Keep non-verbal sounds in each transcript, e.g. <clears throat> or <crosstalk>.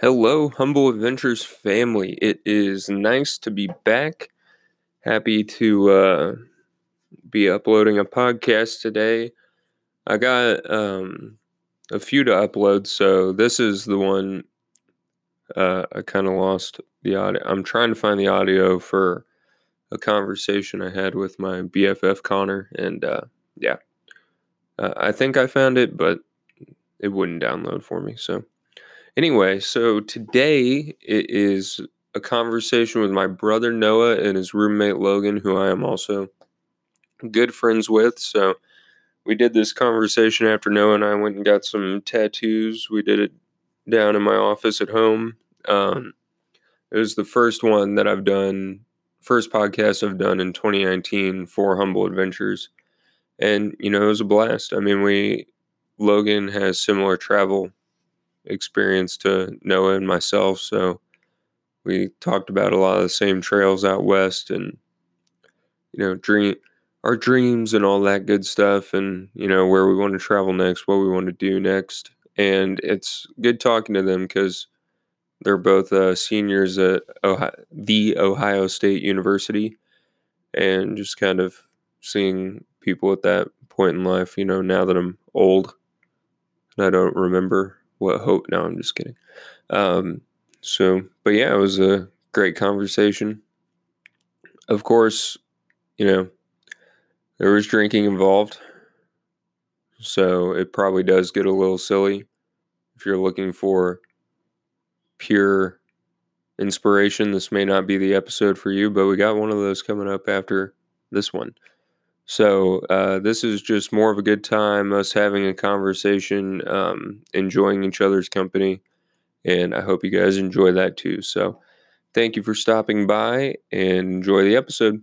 Hello, Humble Adventures family. It is nice to be back. Happy to uh, be uploading a podcast today. I got um, a few to upload, so this is the one uh, I kind of lost the audio. I'm trying to find the audio for a conversation I had with my BFF Connor, and uh, yeah, uh, I think I found it, but it wouldn't download for me, so. Anyway, so today it is a conversation with my brother Noah and his roommate Logan, who I am also good friends with. So we did this conversation after Noah and I went and got some tattoos. We did it down in my office at home. Um, it was the first one that I've done, first podcast I've done in 2019 for Humble Adventures. And, you know, it was a blast. I mean, we, Logan has similar travel experience to Noah and myself. So we talked about a lot of the same trails out west and, you know, dream our dreams and all that good stuff and, you know, where we want to travel next, what we want to do next. And it's good talking to them because they're both uh, seniors at Ohio, the Ohio State University and just kind of seeing people at that point in life, you know, now that I'm old and I don't remember what hope. No, I'm just kidding. Um, so, but yeah, it was a great conversation. Of course, you know, there was drinking involved. So it probably does get a little silly if you're looking for pure inspiration. This may not be the episode for you, but we got one of those coming up after this one. So uh, this is just more of a good time, us having a conversation, um, enjoying each other's company, and I hope you guys enjoy that too. So thank you for stopping by and enjoy the episode.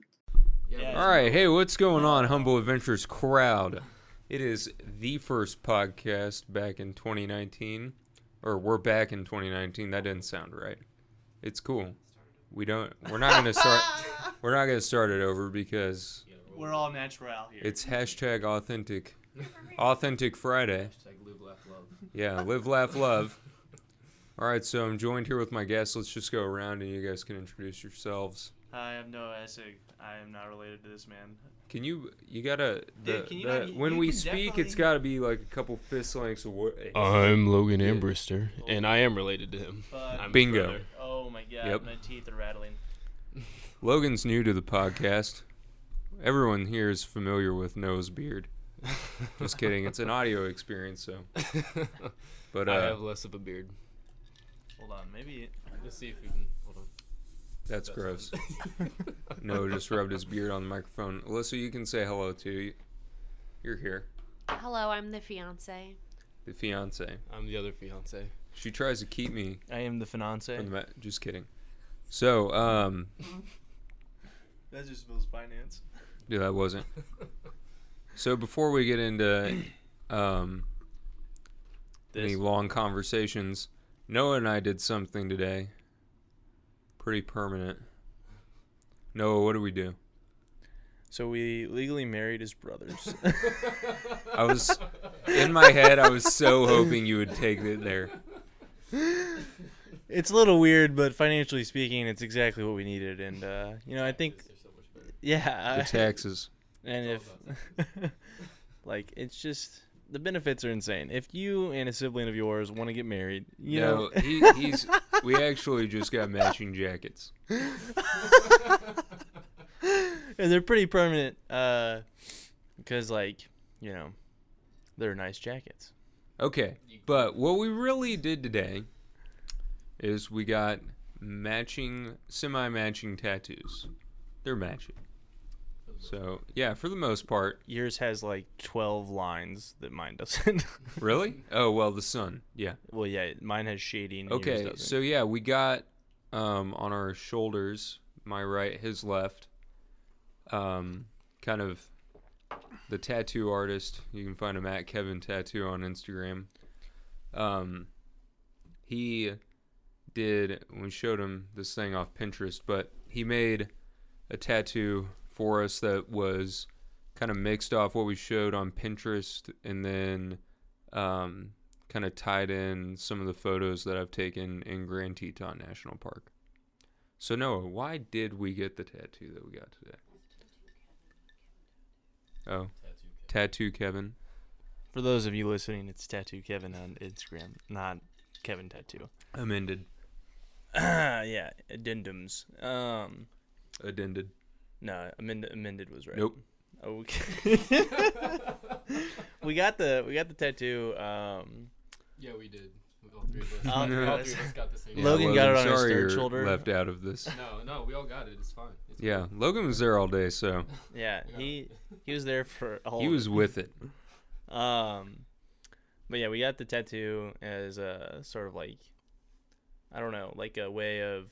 All right, hey, what's going on, Humble Adventures crowd? It is the first podcast back in 2019, or we're back in 2019. That didn't sound right. It's cool. We don't. We're not gonna start. we're not gonna start it over because We're all natural here. It's hashtag authentic. Authentic Friday. Hashtag live, laugh, love. Yeah, live, laugh, love. All right, so I'm joined here with my guests. Let's just go around and you guys can introduce yourselves. Hi, I'm Noah Essig. I am not related to this man. Can you, you gotta, the, Dude, can you not- the- you- when you we can speak, it's definitely- gotta be like a couple fist lengths away. I'm Logan Yeah. Ambrister, and I am related to him. But I'm his Bingo. brother. oh my god, Yep. my teeth are rattling. Logan's new to the podcast. Everyone here is familiar with Noah's beard. <laughs> Just <laughs> kidding. It's an audio experience, so. But I uh, have less of a beard. Hold on, maybe Let's see if we can. Hold on. that's gross. <laughs> Noah just rubbed his beard on the microphone. Alyssa, you can say hello too. You're here. Hello, I'm the fiance. The fiance. I'm the other fiance. She tries to keep me I am the finance. from the ma- just kidding. So, um, That just spells finance. yeah, that wasn't. So before we get into um, any This. long conversations, Noah and I did something today. Pretty permanent. Noah, what did we do? So we legally married as <laughs> brothers. I was in my head. I was so hoping you would take it there. it's a little weird, but financially speaking, it's exactly what we needed. And uh, you know, I think, They're so much better. The yeah, I- taxes. <laughs> and It's if <laughs> like it's just the benefits are insane. If you and a sibling of yours want to get married, you no, know, he, he's. We actually just got matching jackets. and they're pretty permanent uh because like you know they're nice jackets Okay, but what we really did today is we got matching, semi-matching tattoos. They're matching. So yeah, for the most part, yours has like 12 lines that mine doesn't <laughs> really. Oh well, the sun. Yeah. well yeah mine has shading and yours Okay, doesn't. so yeah, we got um, on our shoulders, my right, his left. Um, kind of the tattoo artist. You can find him at Kevin Tattoo on Instagram. Um, he did. We showed him this thing off Pinterest, but he made a tattoo for us that was kind of mixed off what we showed on Pinterest and then um, kind of tied in some of the photos that I've taken in Grand Teton National Park. So Noah, why did we get the tattoo that we got today? Oh, Tattoo kit. tattoo Kevin. For those of you listening, it's Tattoo Kevin on Instagram, not Kevin Tattoo. Amended. <clears throat> yeah, addendums. Um, Addended. no, amend- amended was right. Oh, Nope. Okay. <laughs> we got the we got the tattoo. Um, Yeah, we did. All three of us. <laughs> Oh, all three of yes. us got the same. Yeah, Logan got it on his sorry third you're shoulder. Left out of this. No, no, we all got it. It's fine. It's Yeah, Logan was there all day, so yeah, Yeah. he he <laughs> was there for a whole. he was with it. Um, but yeah, we got the tattoo as a sort of like, I don't know, like a way of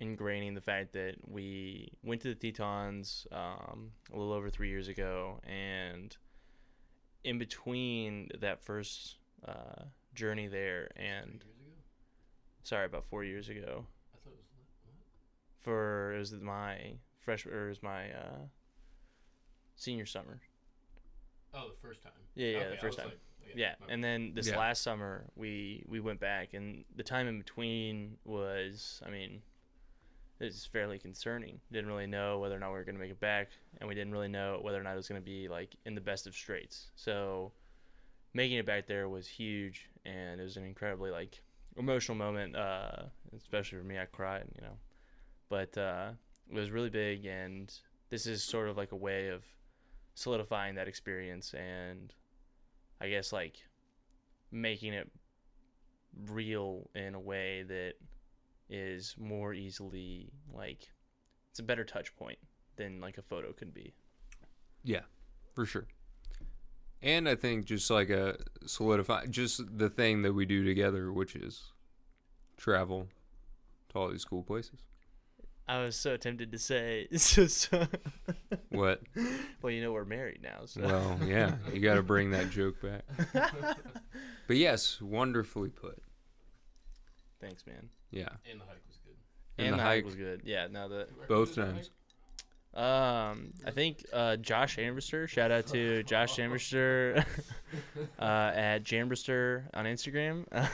ingraining the fact that we went to the Tetons um, a little over three years ago, and in between that first uh, journey there, Three and years ago? sorry, about four years ago, I thought it was what? for it was my fresh or it was my uh, senior summer. Oh, the first time. Yeah, yeah, the Okay, I first was time. like- okay, yeah my and then this Yeah. last summer we we went back and the time in between was i mean it's fairly concerning didn't really know whether or not we were going to make it back and we didn't really know whether or not it was going to be like in the best of straits so making it back there was huge and it was an incredibly like emotional moment uh especially for me i cried you know but uh it was really big and this is sort of like a way of solidifying that experience and I guess like making it real in a way that is more easily like it's a better touch point than like a photo could be. Yeah, for sure. And I think just like a solidify, just the thing that we do together, which is travel to all these cool places. I was so tempted to say, <laughs> so, so, What? well, you know, we're married now, so Well, yeah, you got to bring that joke back. But yes, wonderfully put. thanks, man. Yeah, And the hike was good. And And, the the hike hike. was good. Yeah, no, the Who both recommended that times. hike? Um, I think uh, Josh Amberster. Shout <laughs> out to Josh Amberster uh, at Jamberster on Instagram. <laughs> I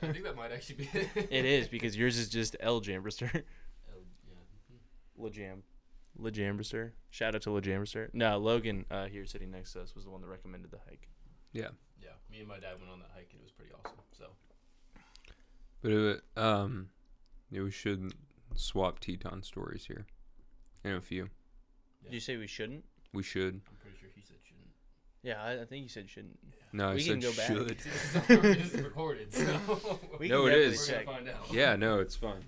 think that might actually be it. it <laughs> is because yours is just L Jamberster. Oh, yeah. LeJam. LeJamberster. Shout out to LeJamberster. No, Logan uh, here sitting next to us was the one that recommended the hike. Yeah, me and my dad went on that hike and it was pretty awesome. So but it, wa- um, yeah, we should swap Teton stories here in a few. Did you say we shouldn't? We should. I'm pretty sure he said shouldn't. <laughs> Yeah, I, I think you said shouldn't. No, I We said can go back. should. See, this is, already- <laughs> this is recorded, so We No, can it definitely is. <laughs> we're check. gonna find out. Yeah, no, it's <laughs> fine.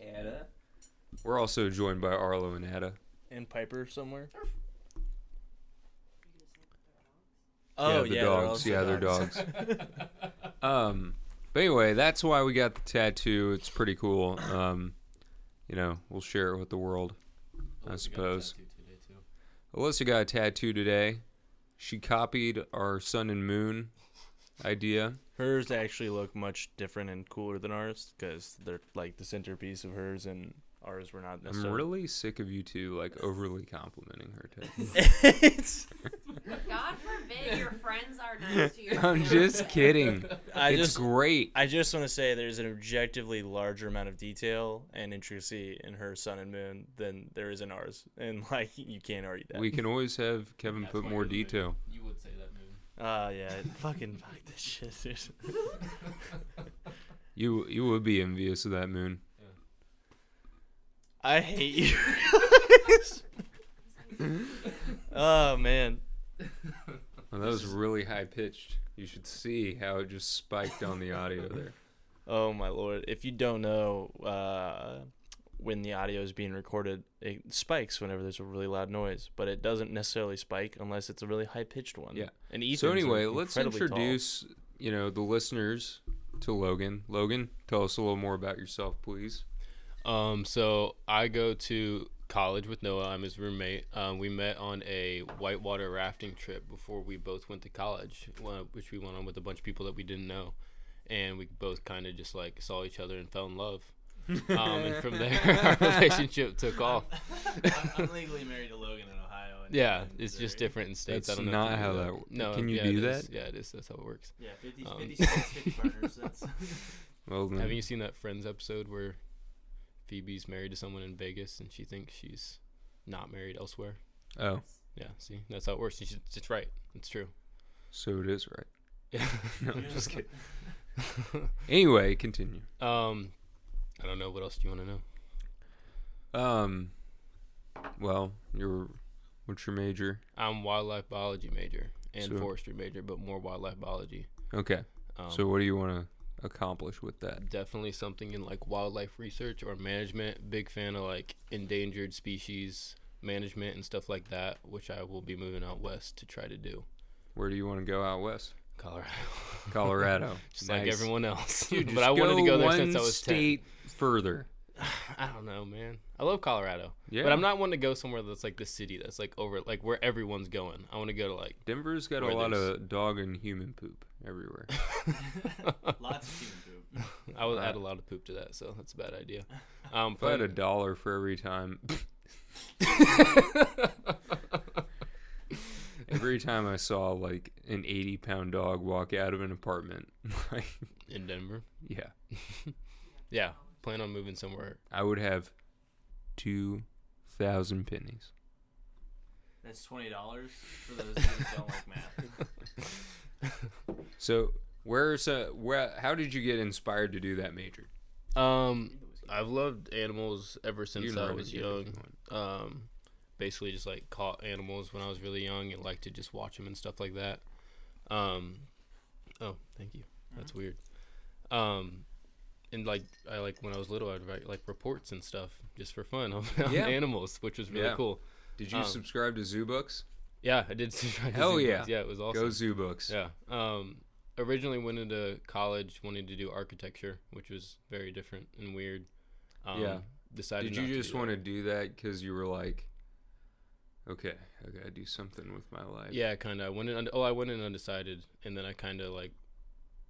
Hey, Ada. Oh. We're also joined by Arlo and Ada. And Piper somewhere. Oh, Oh, yeah, the dogs. Yeah, they're dogs. <laughs> um, but anyway, that's why we got the tattoo. It's pretty cool. Um, you know, we'll share it with the world. I Unless you got a suppose. tattoo today, too. Alyssa got a tattoo today. She copied our sun and moon idea. Hers actually look much different and cooler than ours because they're like the centerpiece of hers, and ours were not I'm necessarily. really sick of you two like overly complimenting <laughs> her tattoo. <laughs> It's- God forbid your friends are nice to your <laughs> I'm just fiancé. <laughs> kidding. I it's just great. I just want to say there's an objectively larger amount of detail and intricacy in her sun and moon than there is in ours, and <laughs> like you can't argue that. We can always have Kevin That's put why more you're the moon. detail. You would say that moon. Ah, yeah, <laughs> fucking fuck this shit. seriously. You you would be envious of that moon. I hate you. <laughs> oh man, Well, that was really high pitched. You should see how it just spiked on the audio <laughs> there. oh my lord. If you don't know, uh, when the audio is being recorded, it spikes whenever there's a really loud noise, but it doesn't necessarily spike unless it's a really high pitched one. Yeah. And Ethan's so anyway, let's incredibly tall. introduce you know the listeners to Logan. Logan, tell us a little more about yourself, please. Um, so I go to college with Noah. I'm his roommate. Um, we met on a whitewater rafting trip before we both went to college, one- which we went on with a bunch of people that we didn't know, and we both kind of just like saw each other and fell in love. Um, and from there, <laughs> our relationship took off. I'm, <laughs> I'm legally married to Logan in Ohio. and Yeah, Logan in it's just Missouri. different in states. That's I don't know not if you how know that- No, can you yeah, do it is. that? Yeah, it is. That's how it works. Yeah, 50, Um, 50 states, 50 <laughs> partners. That's Well, then, Have you seen that Friends episode where Phoebe's married to someone in Vegas and she thinks she's not married elsewhere? oh, Yeah, see, that's how it works. She's, it's right. It's true. <laughs> so it is right. Yeah. No, I'm <laughs> just kidding. Anyway, continue. um, I don't know what else do you want to know. Um, well, you're what's your major? I'm wildlife biology major and So- forestry major, but more wildlife biology. Okay, Um, so what do you want to accomplish with that? definitely something in like wildlife research or management. Big fan of like endangered species management and stuff like that, which I will be moving out west to try to do. Where do you want to go out <laughs> west? Colorado, Colorado, just like Nice. everyone else. <laughs> You but just I wanted to go there one since I was state further. ten. I don't know, man. I love Colorado, Yeah, but I'm not one to go somewhere that's like the city that's like over like where everyone's going. I want to go to <laughs> like Denver's got a Where lot there's- of dog and human poop <laughs> everywhere. lots of human poop. I would Uh, add a lot of poop to that, so that's a bad idea. <laughs> Um, If I had a plan- dollar for every time, <laughs> every time I saw like an 80 pound dog walk out of an apartment, <laughs> like, in Denver. yeah, Yeah, plan on moving somewhere. I would have 2,000 pennies. That's twenty dollars for those who <laughs> don't like math. So, where's uh, where? How did you get inspired to do that major? Um, I've loved animals ever since You can I run was it down if young. you want. Um, basically just like caught animals when I was really young and liked to just watch them and stuff like that. Um, oh, thank you. Mm-hmm. That's weird. Um, and like I like when I was little, I'd write like reports and stuff just for fun <laughs> on, on Yeah. animals, which was really Yeah. cool. Did you Um, subscribe to Zoo Books? Yeah, I did. <laughs> subscribe to Hell Zoo yeah. Books. Yeah, it was awesome. Go Zoo Books. Yeah. Um, originally went into college wanting to do architecture, which was very different and weird. Um, Yeah. Decided. Did not you just do that. want to do that because you were like, okay, I gotta do something with my life? Yeah, kind of. I went in. und- Oh, I went in undecided, and then I kind of like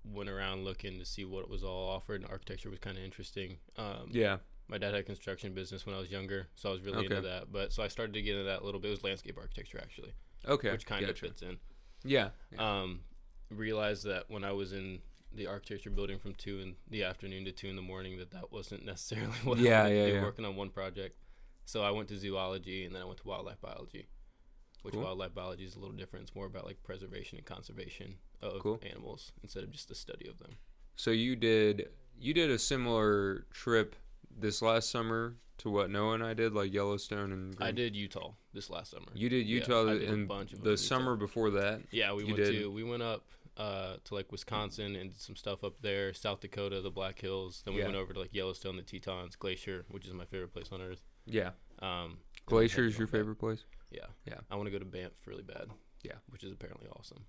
went around looking to see what was all offered. And architecture was kind of interesting. Um, Yeah. My dad had a construction business when I was younger, so I was really into Okay. that. But so I started to get into that a little bit. It was landscape architecture actually, Okay. which kind of gotcha. fits in. Yeah. um, realized that when I was in the architecture building from two in the afternoon to two in the morning, that that wasn't <laughs> necessarily what Yeah, I wanted yeah, to do yeah. working on one project. So I went to zoology and then I went to wildlife biology, which Cool. wildlife biology is a little different. It's more about like preservation and conservation of Cool. animals instead of just the study of them. So you did you did a similar trip this last summer to what Noah and I did, like Yellowstone and. I Grand- did Utah this last summer. You did Yeah, Utah I the did a and bunch of them the in Utah. summer before that. Yeah, we You went did. to we went up uh, to like Wisconsin and did some stuff up there, South Dakota, the Black Hills. Then we Yeah. went over to like Yellowstone, the Tetons, Glacier, which is my favorite place on earth. Yeah. Um, and then Glacier heading is your on back. favorite place. Yeah. Yeah. I want to go to Banff really bad. Yeah. Which is apparently awesome.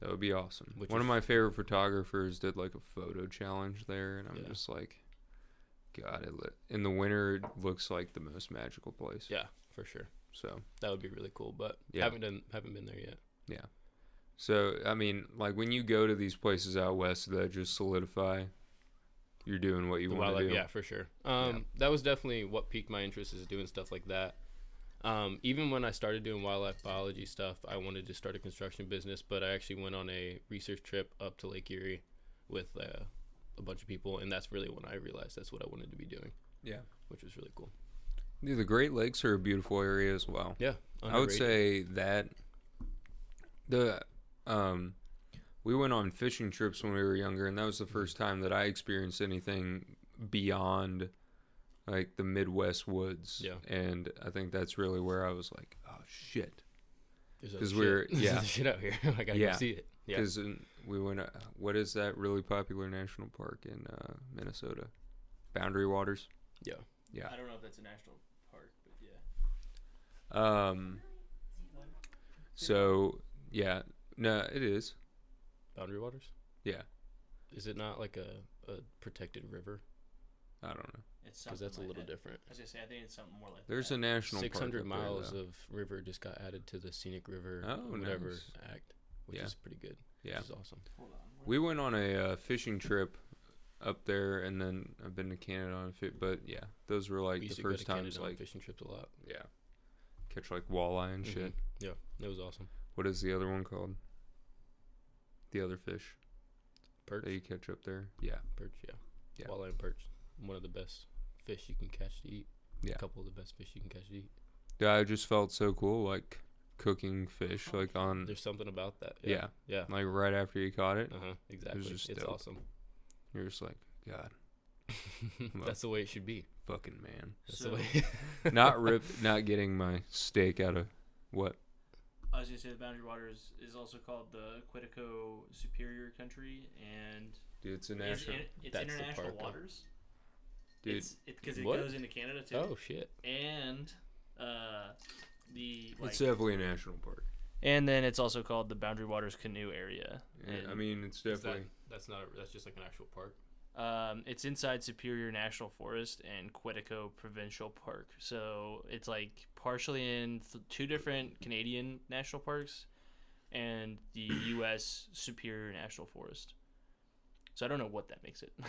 That would be awesome. Which One of is- my favorite photographers did like a photo challenge there, and I'm Yeah. just like, God, it look in the winter it looks like the most magical place. Yeah, for sure. So, That would be really cool, but Yeah. haven't done haven't been there yet. so I mean, like when you go to these places out west, that just solidify you're doing what you The want to wildlife, do. yeah, for sure. Um, that was definitely what piqued my interest is doing stuff like that. Um, even when I started doing wildlife biology stuff, I wanted to start a construction business, but I actually went on a research trip up to Lake Erie with uh, a bunch of people, and that's really when I realized that's what I wanted to be doing, Yeah. which was really cool. Dude, the Great Lakes are a beautiful area as well. Yeah, I would underrated. say that the um we went on fishing trips when we were younger and that was the first time that I experienced anything beyond like the Midwest woods. Yeah. And I think that's really where I was like, oh shit. There's other 'cause shit. <laughs> we're- There's yeah. other shit out here. I gotta Yeah. go see it. Yeah, Because we went, uh, what is that really popular national park in uh, Minnesota? Boundary Waters. I don't know if that's a national park, but yeah. Um, so, yeah. No, it is. Boundary Waters. Yeah. Is it not like a, a protected river? I don't know. It's Because something that's a like little that. different. I was gonna say I think it's something more like There's that. a national park. Six hundred up there, miles though. of river just got added to the Scenic River Oh, whatever nice. act, which Yeah. is pretty good. Yeah. Which is awesome. Hold on. We went on a uh, fishing trip up there, and then I've been to Canada on a fish. But yeah, those were like We used the to go first to Canada times. on Like fishing trips a lot. Mm-hmm. yeah, catch like walleye and shit. Yeah, that was awesome. What is the other one called? The other fish Perch, that you catch up there. Yeah, perch, yeah. Yeah. Walleye and perch, one of the best fish you can catch to eat. Yeah. a couple of the best fish you can catch to eat. yeah. I just felt so cool, like cooking fish, like on There's something about that. Mm. yeah, yeah. like right after you caught it, Uh-huh. Uh huh. Exactly. just it's dope. awesome. you're just like, God, <laughs> That's the way it should be. fucking man. That's So the way. not <laughs> rip, not getting my steak out of what? I was gonna say the Boundary Waters is also called the Quetico Superior Country, and Dude, it's a is national. in, it's That's the international park, huh? waters. Dude, It's because it, What? goes into Canada too, <laughs> oh shit. and uh, the like, it's definitely a national park. and then it's also called the Boundary Waters Canoe Area. I And, mean, it's definitely. that's not. that's just like an actual park. um, it's inside Superior National Forest and Quetico Provincial Park, so it's like partially in th- two different Canadian national parks, and <coughs> the U.S. Superior National Forest. So I don't know what that makes it. <laughs>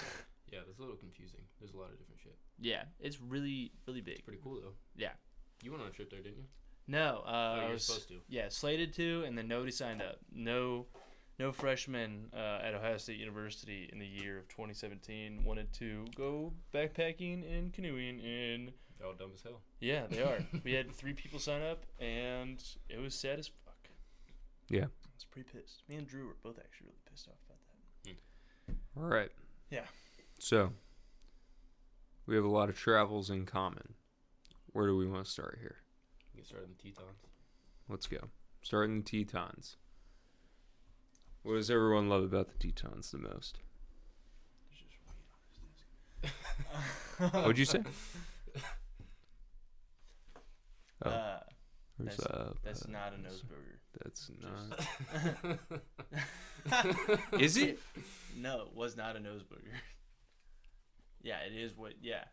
Yeah, that's a little confusing. There's a lot of different shit. yeah, it's really really big. Pretty cool though. Yeah. You went on a trip there, didn't you? No, uh, Oh, I you were was supposed to. yeah slated to, and then nobody signed up. No, no freshman uh, at Ohio State University in the year of 2017 wanted to go backpacking and canoeing, and They're all dumb as hell. yeah, they <laughs> are. we had three people sign up, and it was sad as fuck. Yeah. I was pretty pissed. Me and Drew were both actually really pissed off about that. All right. Yeah. So, we have a lot of travels in common. Where do we want to start here? You can start in the Tetons. Let's go. Starting the Tetons. What does everyone love about the Tetons the most? What'd you <laughs> say? Oh. Uh, Where's That's- that? that's not a nose uh, That's not. <laughs> booger. Is it? No, it was not a nose booger. <laughs> Yeah, it is what. Yeah.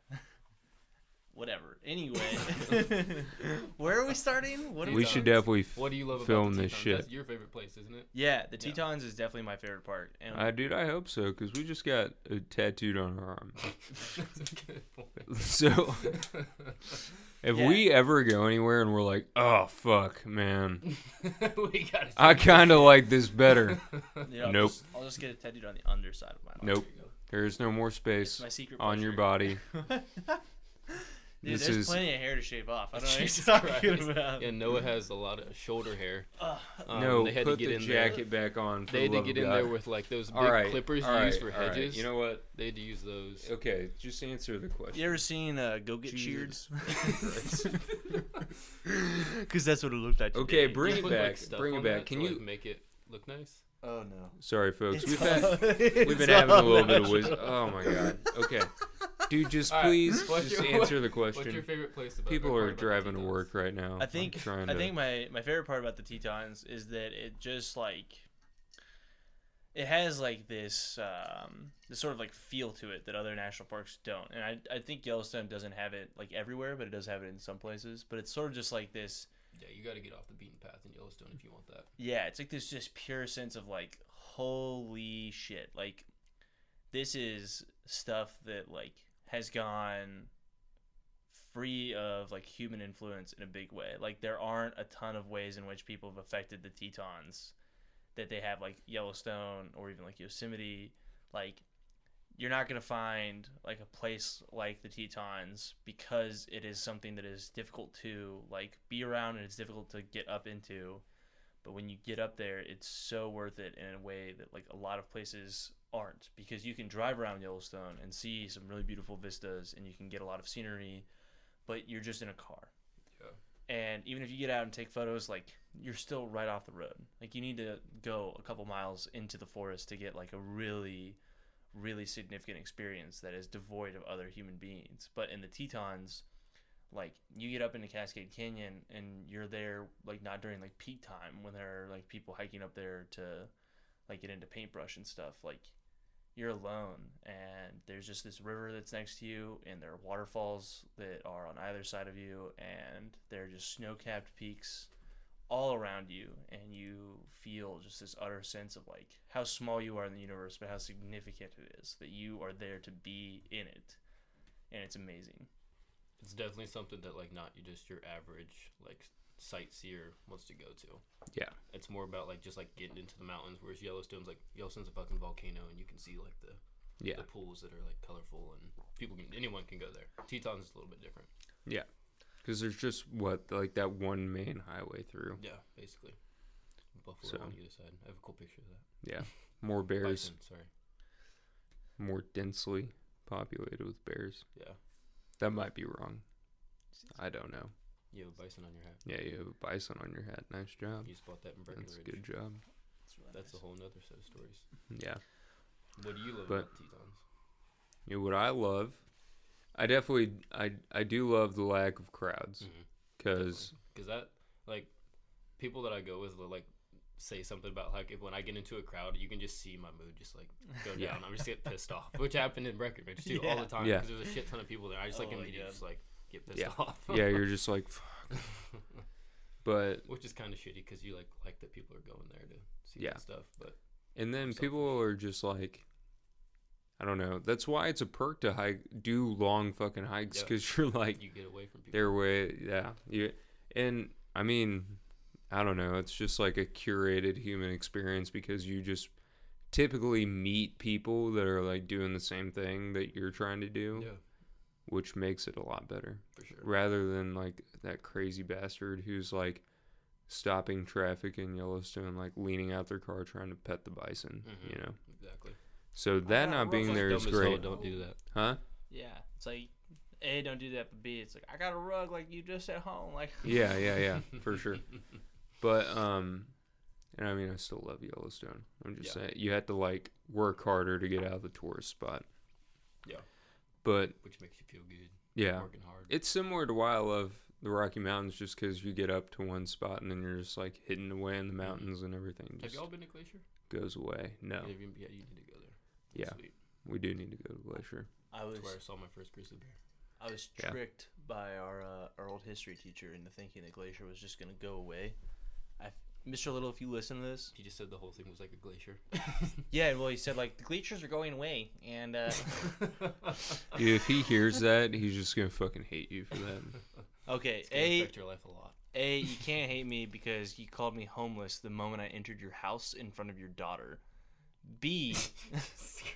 <laughs> Whatever. Anyway, <laughs> where are we starting? What are We Tetons. should definitely. F- What do you love Film about the this Tetons? shit. That's your favorite place, isn't it? Yeah, the Yeah. Tetons is definitely my favorite part. And I, dude, I hope so, because we just got a tattooed on our arm. <laughs> <laughs> That's a good <laughs> point. So, if Yeah. we ever go anywhere and we're like, oh, fuck, man, we gotta. I kind of like this <laughs> better. you know, I'll nope. just- I'll just get it tattooed on the underside of my arm. nope. There is no more It's space my secret on your pleasure. <laughs> body. Dude, This there's is- plenty of hair to shave off. I <laughs> don't know what Jesus you're talking Christ. about. Yeah, Noah has a lot of shoulder hair. Um, no, they had put to get the in there. jacket back on. For They had the to love get of in there God. with like those big all right, clippers you all use right, for all right. hedges. You know what? they had to use those. <laughs> Okay, just answer the question. You ever seen uh, Go Get <laughs> Jesus Cheered? Because that's what it looked like. Okay, today. bring You it put, like, back. stuff bring it on back. that Can to, you? like, make it look nice? Oh no. Sorry, folks. It's We've had. all- We've been it's having a all little bit of natural. wisdom. Oh my god. <laughs> Okay, dude, just All right, please, what's just your- answer the What's your question. favorite place? About, People or are part about the driving to Tetons? work right now. I I'm think trying I to- think my my favorite part about the Tetons is that it just like it has like this um this sort of like feel to it that other national parks don't. And I I think Yellowstone doesn't have it like everywhere, but it does have it in some places. But it's sort of just like this Yeah, you got to get off the beaten path in Yellowstone if you want that. yeah, it's like this just pure sense of like holy shit. Like this is stuff that like has gone free of like human influence in a big way. Like there aren't a ton of ways in which people have affected the Tetons that they have like Yellowstone or even like Yosemite. Like you're not going to find like a place like the Tetons because it is something that is difficult to like be around and it's difficult to get up into. But when you get up there, it's so worth it in a way that like a lot of places aren't because you can drive around Yellowstone and see some really beautiful vistas and you can get a lot of scenery, but you're just in a car. Yeah. And even if you get out and take photos, like you're still right off the road. Like you need to go a couple miles into the forest to get like a really, really significant experience that is devoid of other human beings. But in the Tetons, like you get up into Cascade Canyon and you're there like not during like peak time when there are like people hiking up there to like get into paintbrush and stuff. Like you're alone and there's just this river that's next to you and there are waterfalls that are on either side of you and they're just snow-capped peaks all around you and you feel just this utter sense of like how small you are in the universe but how significant it is that you are there to be in it and it's amazing It's definitely something that like not you just your average like sightseer wants to go to. Yeah. It's more about like just like getting into the mountains, whereas Yellowstone's like Yellowstone's a fucking volcano, and you can see like the Yeah. the pools that are like colorful and people can anyone can go there. Teton's is a little bit different. Yeah. Because there's just what like that one main highway through. Yeah, basically. Buffalo So- on either side. I have a cool picture of that. Yeah. More bears, Bison, sorry. more densely populated with bears. Yeah. That might be wrong. I don't know. You have a bison on your hat. Yeah, you have a bison on your hat. Nice job. You just bought that in That's a Breckenridge. good job. it's really That's a nice. whole nother set of stories. Yeah. What do you love But- about Tetons? You know what I love? I definitely I I do love the lack of crowds Mhm. because because that like people that I go with will like say something about like if when I get into a crowd, you can just see my mood just like go Yeah. down. I'm just get pissed off, which happened in Breckenridge too all Yeah. the time Yeah. because there's a shit ton of people there. I just like Oh my immediately God. just like get pissed Yeah. off. yeah, <laughs> you're just like fuck. But which is kind of shitty because you like like that people are going there to see Yeah. that stuff, but and then Selfish. people are just like I don't know. That's why it's a perk to hike do long fucking hikes Yeah. because <laughs> you're like you get away from people. their way yeah you and i mean i don't know it's just like a curated human experience because you just typically meet people that are like doing the same thing that you're trying to do Yeah, which makes it a lot better for sure. rather than like that crazy bastard who's like stopping traffic in Yellowstone like leaning out their car trying to pet the bison Mhm. you know Exactly. so that not being there is Dumb as hell, great Don't do that. huh yeah it's like a don't do that but b it's like i got a rug like you just at home like yeah yeah yeah for <laughs> sure but um and i mean i still love yellowstone i'm just Yeah. saying you had to like work harder to get out of the tourist spot Yeah. but Which makes you feel good. yeah Working hard. it's similar to why i love the rocky mountains just because you get up to one spot and then you're just like hidden away Mm-hmm. in the mountains and everything Have just y'all been to Glacier? goes away no Yeah, you, yeah, you need to go there. It's yeah Sweet. we do need to go to glacier <laughs> i was That's where I saw my first grizzly bear. I was Yeah. tricked by our uh, our old history teacher into thinking that glacier was just gonna go away. I, Mr. Little, if you listen to this, He just said the whole thing was like a glacier. <laughs> yeah, <laughs> well, he said like the glaciers are going away, and <laughs> uh, Dude, if he hears that he's just gonna fucking hate you for that okay, It's gonna a affect your life a lot. <laughs> a you can't hate me because you called me homeless the moment I entered your house in front of your daughter. B,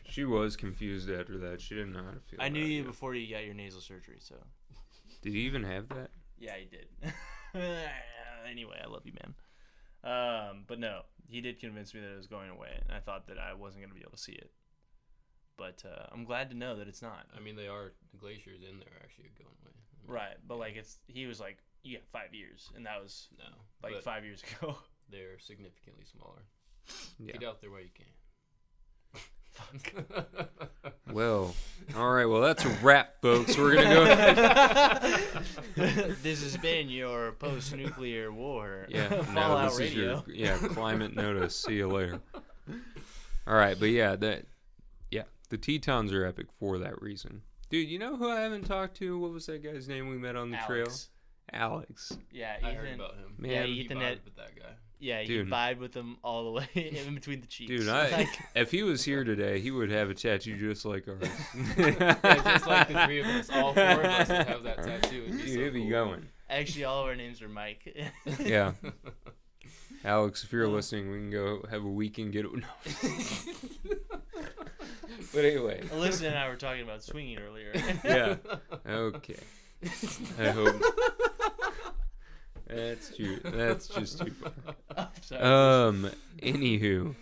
she was confused after that she didn't know how to feel I knew about you it. before you got your nasal surgery, so did he even have that yeah, you did. <laughs> anyway, I love you, man. Um, but no, he did convince me that it was going away, and I thought that I wasn't going to be able to see it. But uh, I'm glad to know that it's not. I mean, they are the glaciers in there are actually going away. I mean, Right, but like it's he was like, yeah, five years, and that was No, like but five <laughs> years ago. they're significantly smaller. yeah Get out there while you <laughs> can. Well, all right. Well, that's a wrap, folks. We're gonna go. <laughs> this has been your post-nuclear war <laughs> Yeah, no, Fallout this is Radio. your yeah climate notice. See you later. All right, but yeah, that yeah, the Tetons are epic for that reason, dude. You know who I haven't talked to? What was that guy's name we met on the trail? Alex. Alex. Yeah, I Ethan. heard about him. Man, yeah, He Ethan vibed had, with that guy. yeah, Dude. you vibe with him all the way <laughs> in between the cheeks. Dude, I, Like, if he was here today, he would have a tattoo just like ours. <laughs> Yeah, just like the three of us, all four of us would have that tattoo. It'd Dude, be so it'd be cool. going. actually, all of our names are Mike. <laughs> Yeah. Alex, if you're listening, we can go have a weekend <laughs> get. No. but anyway. Alyssa and I were talking about swinging earlier. <laughs> yeah. Okay. I hope. That's too. That's just too far. I'm sorry. Um. Anywho,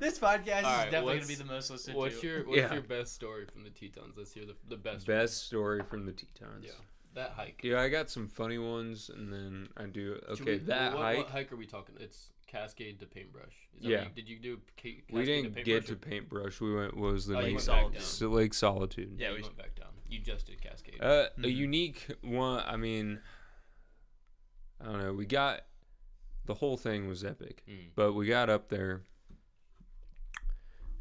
this podcast All right, is definitely gonna what's- be the most listened What's to. your What's Yeah. your best story from the Tetons? Let's hear the, the best. one. best story from the Tetons. Yeah, that hike. Yeah, I got some funny ones, and then I do. Should Okay, we- that what, hike. What hike are we talking? It's Cascade to Paintbrush. Is that Yeah. What you, did you do? Ca- Cascade we to didn't paintbrush get or- to paintbrush. We went. What was the Oh, you name? went back S- Lake Solitude. Yeah, Yeah, we we s- went back down. You just did Cascade. <laughs> Uh, a Mhm. unique one. I mean, I don't know. We got the whole thing was epic, Mm. but we got up there,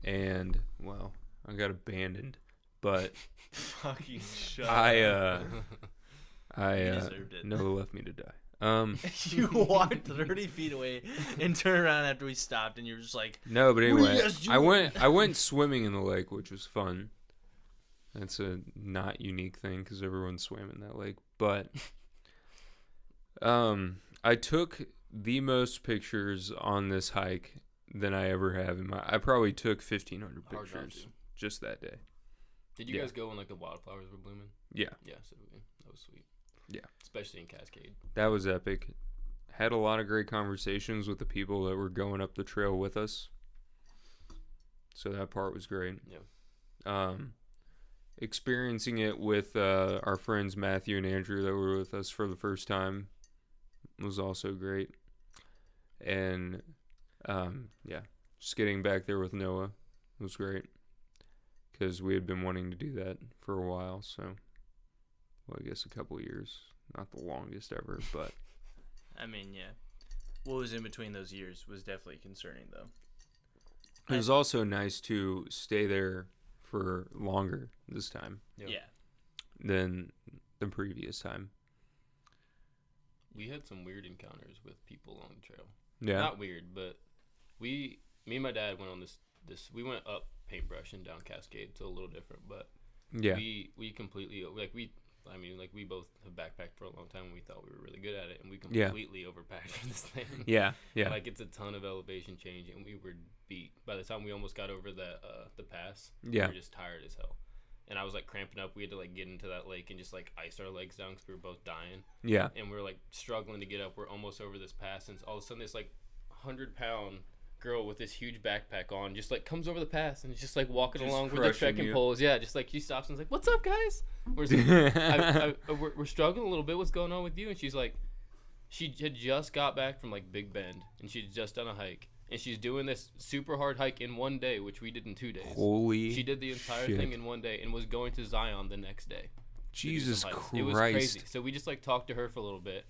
and well, <laughs> I got abandoned. But fucking <laughs> shut I up. uh, I You uh, deserved <laughs> it. no left me to die. Um, <laughs> you walked 30 feet away and turned around after we stopped, and you were just like, no, but Well, anyway, yes, you- I went I went swimming in the lake, which was fun. That's a not unique thing because everyone swam in that lake. But <laughs> um, I took the most pictures on this hike than I ever have in my. I probably took fifteen hundred Hard not pictures to. just that day. Did you Yeah. guys go when like the wildflowers were blooming? Yeah, Yeah, so did we. that was sweet. Yeah. especially in Cascade. that was epic. Had a lot of great conversations with the people that were going up the trail with us. So that part was great. Yeah. Um, experiencing it with uh, our friends Matthew and Andrew that were with us for the first time was also great. And um, yeah, just getting back there with Noah was great because we had been wanting to do that for a while. So, well, I guess a couple years, not the longest ever, <laughs> but I mean, yeah. What was in between those years was definitely concerning, though. It was also nice to stay there for longer this time Yeah. Yeah. than the previous time. We had some weird encounters with people along the trail. Yeah. Not weird, but we, me and my dad went on this. This we went up Paintbrush and down Cascade, so a little different. But yeah. we we completely like we. I mean, like we both have backpacked for a long time. and We thought we were really good at it, and we Yeah. completely overpacked <laughs> for this thing. yeah. Yeah. Like it's a ton of elevation change, and we were beat. By the time we almost got over the uh, the pass, Yeah. we were just tired as hell. And I was like cramping up. We had to like get into that lake and just like ice our legs down because we were both dying, yeah. and we were like struggling to get up. We're almost over this pass, and all of a sudden this like hundred pound girl with this huge backpack on just like comes over the pass and is just like walking Just along with the crushing trekking you. poles. Yeah, just like she stops and's like, "What's up, guys?" We're just <laughs> like, I, I, we're, we're struggling a little bit. What's going on with you? And she's like, she had just got back from like Big Bend, and she'd just done a hike, and she's doing this super hard hike in one day, which we did in two days. Holy. she did the entire shit. thing in one day, and was going to Zion the next day. to do Jesus some hikes. Christ. It was crazy. So we just like talked to her for a little bit.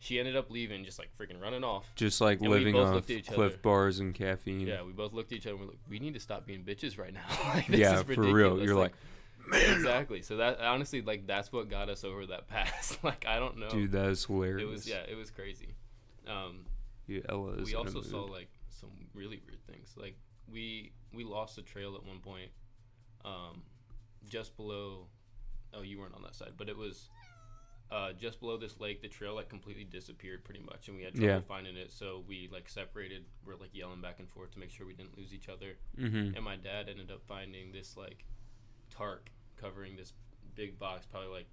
She ended up leaving, just like freaking running off. Just like And we living both off looked at each cliff other. bars and caffeine. <laughs> Yeah, we both looked at each other and we're like, we need to stop being bitches right now. <laughs> like, this Yeah, is for real. ridiculous. You're like, exactly. So that honestly, like, that's what got us over that pass. <laughs> like, I don't know. dude, that is hilarious. it was yeah, it was crazy. Um, Dude, Ella is we in a also saw mood. like some really weird things. Like we we lost the trail at one point, um, just below. Oh, you weren't on that side, but it was uh, just below this lake. The trail like completely disappeared pretty much, and we had trouble Yeah. finding it. So we like separated. We're like yelling back and forth to make sure we didn't lose each other. Mhm. And my dad ended up finding this like tarp covering this big box, probably like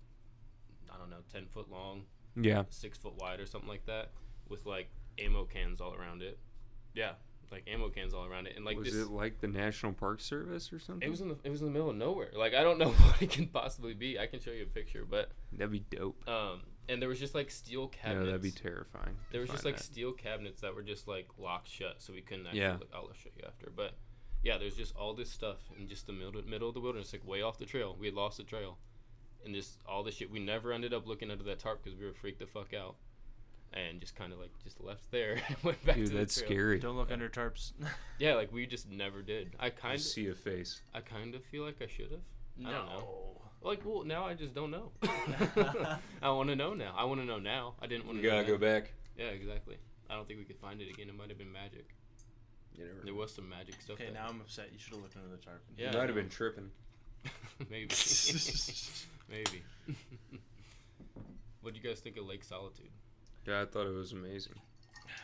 I don't know, ten foot long Yeah. six foot wide or something like that, with like ammo cans all around it. Yeah, like ammo cans all around it, and like was this. it It, like the National Park Service or something? was in the it was in the middle of nowhere. Like I don't know <laughs> what it can possibly be. I can show you a picture, but That'd be dope. um, and there was just like steel No, cabinets. that'd be terrifying. to there was just find like steel cabinets that were just like locked shut, so we couldn't actually. Yeah. Look, I'll show you after, but yeah, there's just all this stuff in just the middle middle of the wilderness, like way off the trail. We had lost the trail, and just all this shit. We never ended up looking under that tarp because we were freaked the fuck out, and just kind of like just left there <laughs> and went that. back to Dude, the that's trail. scary. Don't look under tarps. Yeah, like we just never did. I You kind of, see a face. I kind of feel like I should have. no. I don't Like, well, now I just <laughs> don't know. I want to know now. I want to know now. I didn't want to. know then. back. Yeah, exactly. I don't think we could find it again. It might have been magic. There was some magic stuff. Okay, that- now I'm upset. You should have looked under the tarp. Yeah. Might have been tripping. <laughs> <laughs> maybe, maybe. what do you guys think of Lake Solitude? Yeah, I thought it was amazing.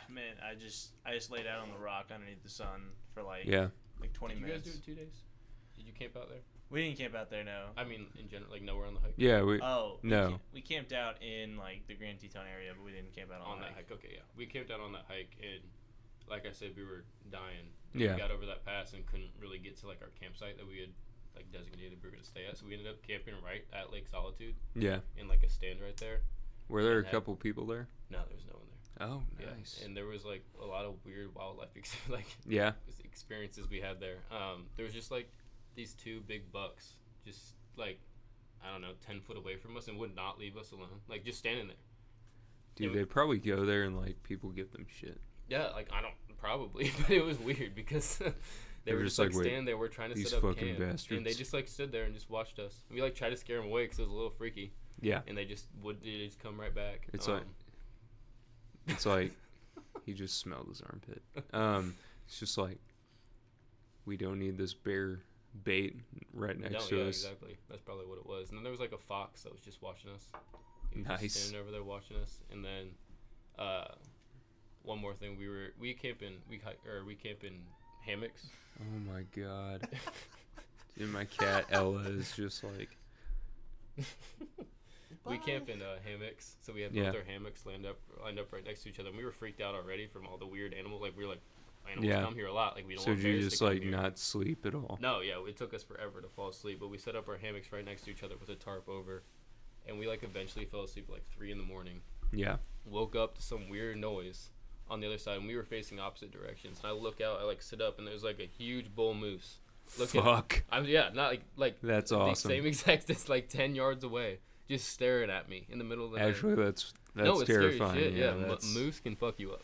Man, I just I just laid out on the rock underneath the sun for like Yeah. like 20 Did you guys minutes. do it two days? Did you camp out there? we didn't camp out there, no. I mean, in general, like nowhere on the hike. Yeah, we Uh, Oh we Uh, No. ca- We camped out in like the Grand Teton area, but we didn't camp out on on, that hike. Okay, yeah, we camped out on that hike, and like I said, we were dying. Yeah. we got over that pass and couldn't really get to like our campsite that we had like designated we were gonna stay at. So we ended up camping right at Lake Solitude yeah. in like a stand right there. Were there a Yeah. couple people there? No, there was no one there. Oh, Yeah, and there was like a lot of weird wildlife <laughs> ex- like Yeah. experiences we had there. Um, there was just like these two big bucks, just like I don't know, ten foot away from us, and would not leave us alone. Like just standing there. Dude, It- they probably go there and like people give them shit. Yeah, like I don't probably, <laughs> but it was weird because <laughs> they They're were just just like, like, "Wait, standing there. We're trying to these set up fucking camp, and they bastards." just like stood there and just watched us. We like tried to scare them away because it was a little freaky. Yeah. and they just would they just come right back. Um, It's like- It's <laughs> like he just smelled his armpit. Um, it's just like we don't need this bear bait right no, next to yeah, us. exactly. That's probably what it was. And then there was like a fox that was just watching us. He was Nice. just standing over there watching us. And then, uh, one more thing, we were we camp in we hi- or we camp in hammocks. Oh my god. <laughs> Dude, my cat Ella is just like We camp in uh, hammocks, so we had Yeah. both our hammocks lined up lined up right next to each other. And we were freaked out already from all the weird animals. Like we were like, animals Yeah. come here a lot. Like we don't so want did you bears just to come like here. not sleep at all? No, yeah, it took us forever to fall asleep, but we set up our hammocks right next to each other with a tarp over, and we like eventually fell asleep at, like three in the morning. Yeah. Woke up to some weird noise on the other side, and we were facing opposite directions. And I look out, I like sit up, and there's like a huge bull moose. Look at- Fuck. I was yeah, not like like That's the awesome. same <laughs> exact distance, like ten yards away, just staring at me in the middle of the night. Actually that's that's no, it's scary as terrifying. shit, Yeah. mo- that's- moose can fuck you up.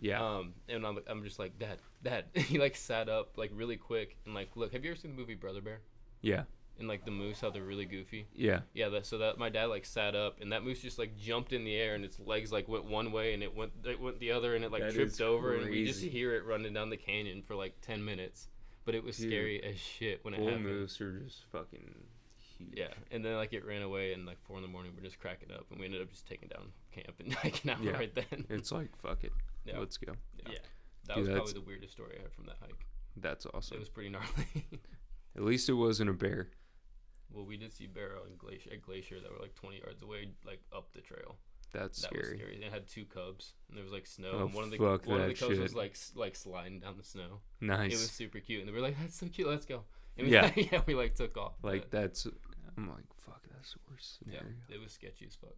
yeah. Um, and I'm, I'm just like, Dad, Dad. <laughs> he like sat up like really quick and like, look, have you ever seen the movie Brother Bear? yeah. and like the moose how they're really goofy Yeah. yeah that, so that my dad like sat up and that moose just like jumped in the air and its legs like went one way and it went it went the other and it like That tripped is over and we just crazy. hear it running down the canyon for like 10 minutes but it was Dude. scary as shit when it Bull happened moose are just fucking huge. yeah and then like it ran away and like four in the morning we're just cracking up and we ended up just taking down camp <laughs> and hiking out Yeah. right then It's like fuck it. Yeah. Let's go. yeah, Yeah. that Dude, was that's- probably the weirdest story i had from that hike That's awesome. it was pretty gnarly <laughs> At least it wasn't a bear. well we did see bear on glacier at glacier that were like 20 yards away like up the trail That's That was scary. scary. It had two cubs, and there was like snow. Oh, and one of the fuck one of the that cubs was shit. like s- like sliding down the snow. Nice. It was super cute, and they were like, "That's so cute. Let's go." And we, Yeah. <laughs> yeah, we like took off. like but, that's I'm like, fuck, that's the worst uh, yeah, scenario. it was sketchy as fuck.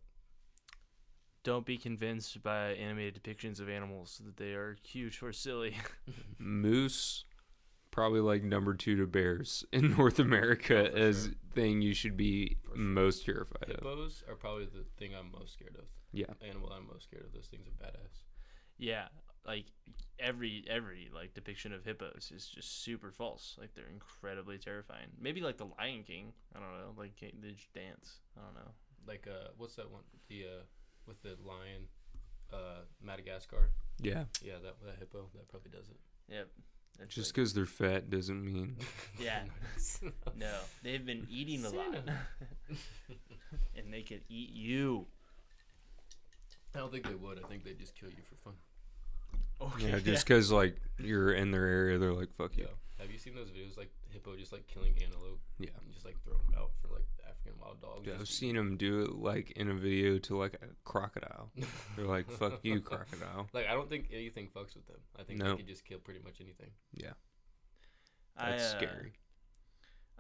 Don't be convinced by animated depictions of animals that they are cute or silly. <laughs> Moose probably like number two to bears in <laughs> North America for as sure. thing you should be For sure. most terrified of. Hippos are probably the thing I'm most scared of. Yeah. animal I'm most scared of. Those things are badass. yeah, like every every like depiction of hippos is just super false. Like they're incredibly terrifying. Maybe like the Lion King. I don't know. Like ca- they just dance. I don't know. Like uh, what's that one? The uh, with the lion, uh, Madagascar. Yeah. Yeah, that that hippo that probably does it. <laughs> Yep. It's Just like, because they're fat doesn't mean <laughs> Yeah. no, they've been eating a lot, Santa. and they could eat you. I don't think they would. I think they'd just kill you for fun. Okay. yeah, just because like you're in their area, they're like, fuck Yeah. you. Have you seen those videos like hippo just like killing antelope? Yeah. And just like throwing them out for like African wild dogs. Dude, I've just- <laughs> seen them do it like in a video to like a crocodile. They're like, fuck <laughs> you, crocodile. Like I don't think anything fucks with them. I think No. they could just kill pretty much anything. That's <laughs> I, uh, scary.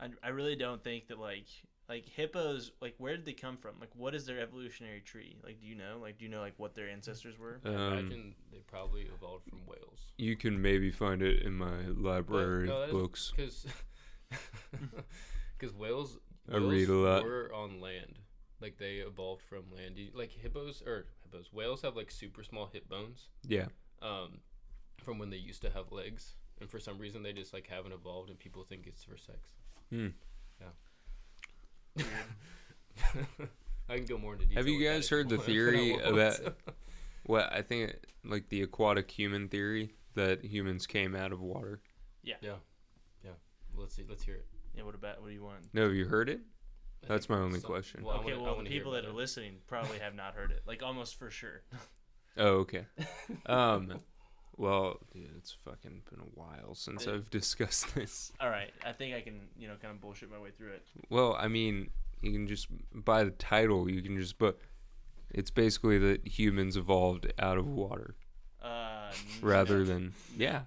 I, I really don't think that like like hippos like where did they come from like what is their evolutionary tree like do you know like do you know like what their ancestors were Um, Imagine they probably evolved from whales. you can maybe find it in my But, library no, of that is- books. Cause, <laughs> cause whales, I read whales a lot. were on land. Like they evolved from land. You- Like hippos or hippos, whales have like super small hip bones. Yeah. um, from when they used to have legs, and for some reason they just like haven't evolved, and people think it's for sex. Hmm. Yeah. <laughs> I can go more into detail. Have you with that guys if heard the want, <laughs> but I theory won't. about- Well, I think it- like the aquatic human theory that humans came out of water. let's see. Let's hear it. yeah what about what do you want No, have you heard it? I That's think my only question. I okay wanna- I well the wanna hear people about that are it. listening probably have not heard it like almost for <laughs> sure Oh, okay. Um, well, dude, it's fucking been a while since Dude. I've <laughs> discussed this. all right I think I can you know kind of bullshit my way through it Well, I mean, you can just by the title, you can just but it's basically that humans evolved out of water uh rather no. than yeah,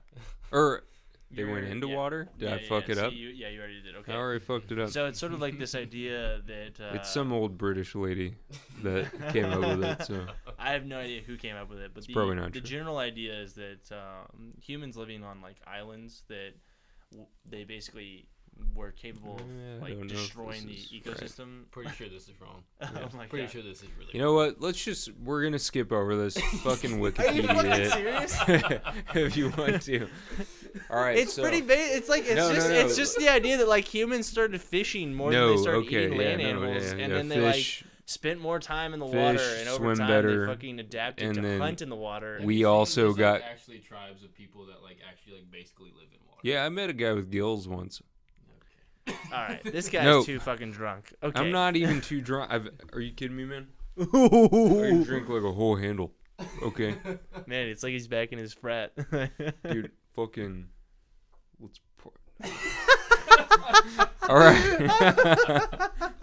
or <laughs> they You're- went into yeah. water. Did Yeah, I yeah, fuck yeah. it So up? you, yeah you already did okay I already fucked it up. so it's sort of like this idea that uh, it's some old British lady <laughs> that came up with it. So I have no idea who came up with it, but It's the, probably not the true. general idea is that um, humans living on like islands that w- they basically were capable Yeah, I of don't know like if destroying the this is right. ecosystem. <laughs> <laughs> Pretty sure this is wrong. oh my Pretty god! sure this is really. You know what? Let's just we're gonna skip over <laughs> this fucking Wikipedia <laughs> serious? if you want to. All right. It's so, pretty. Ba- it's like it's No, no, just no. it's just the idea that like humans started fishing more no, than they started okay, eating yeah, land no, animals, yeah, and yeah, then they like fish, spent more time in the Fish, water and over swim time better, they fucking adapted and to then hunt in the water. Have we you seen also there's, like, got- actually tribes of people that like actually like basically live in water. Yeah, I met a guy with gills once. All right, <laughs> this guy's No. too fucking drunk. Okay, I'm not even too drunk. I've, are you kidding me, man? I can <laughs> Ooh. drink like a whole handle. Okay, Man, it's like he's back in his frat. <laughs> dude. Fucking. Let's. Pour. <laughs> All right.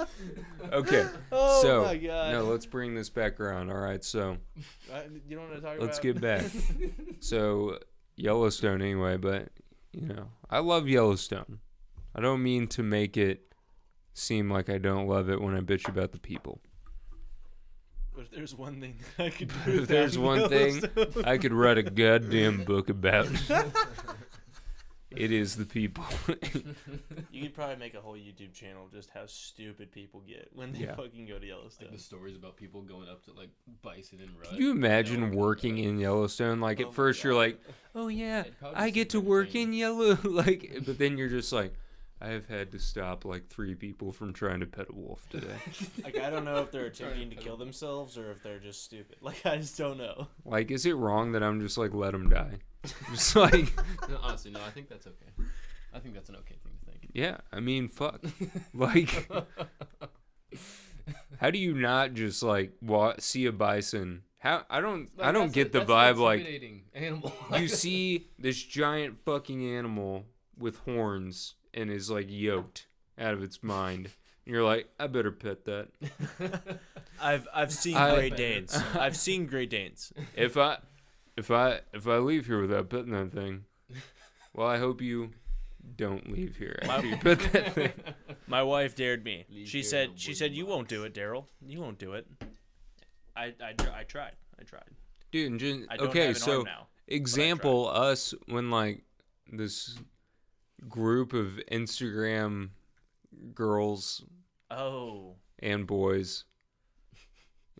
<laughs> okay. oh so my god. no, let's bring this back around. All right. So I- you don't want to talk let's about. get back. <laughs> so Yellowstone, anyway. But you know, I love Yellowstone. I don't mean to make it seem like I don't love it when I bitch about the people. But if there's one thing that I could do, If without there's one thing Yellowstone- I could write a goddamn book <laughs> about. it is the people. you could probably make a whole YouTube channel just how stupid people get when they Yeah. fucking go to Like Yellowstone. the stories about people going up to like bison and rut. Can you imagine working in Yellowstone? Like Oh at my first you're God. like, oh yeah, I'd probably I just get to leave work everything. in yellow. <laughs> Like, but then you're just like, I have had to stop like three people from trying to pet a wolf today. Like I don't know if <laughs> they're attempting to Sorry. kill themselves or if they're just stupid. <laughs> Like I just don't know. like, is it wrong that I'm just like let them die? <laughs> Just like, No, honestly, no. I think that's okay. I think that's an okay thing to think. yeah. I mean, fuck. Like, how do you not just like wa- see a bison? How I don't I don't get the vibe like animal. <laughs> you <laughs> see this giant fucking animal with horns and is like yoked out of its mind. And you're like, I better pet that. I've I've seen I- <laughs> Great Danes. I've seen Great Danes. If I if I if I leave here without petting that thing, well I hope you don't leave here after you pet that thing. My wife dared me. Leave She Daryl said in a she wooden said you won't do it, box." Daryl. You won't do it. I I, tr- I tried. I tried. Dude, and just, I don't okay, have an so arm now. example us when like this group of Instagram girls Oh. and boys.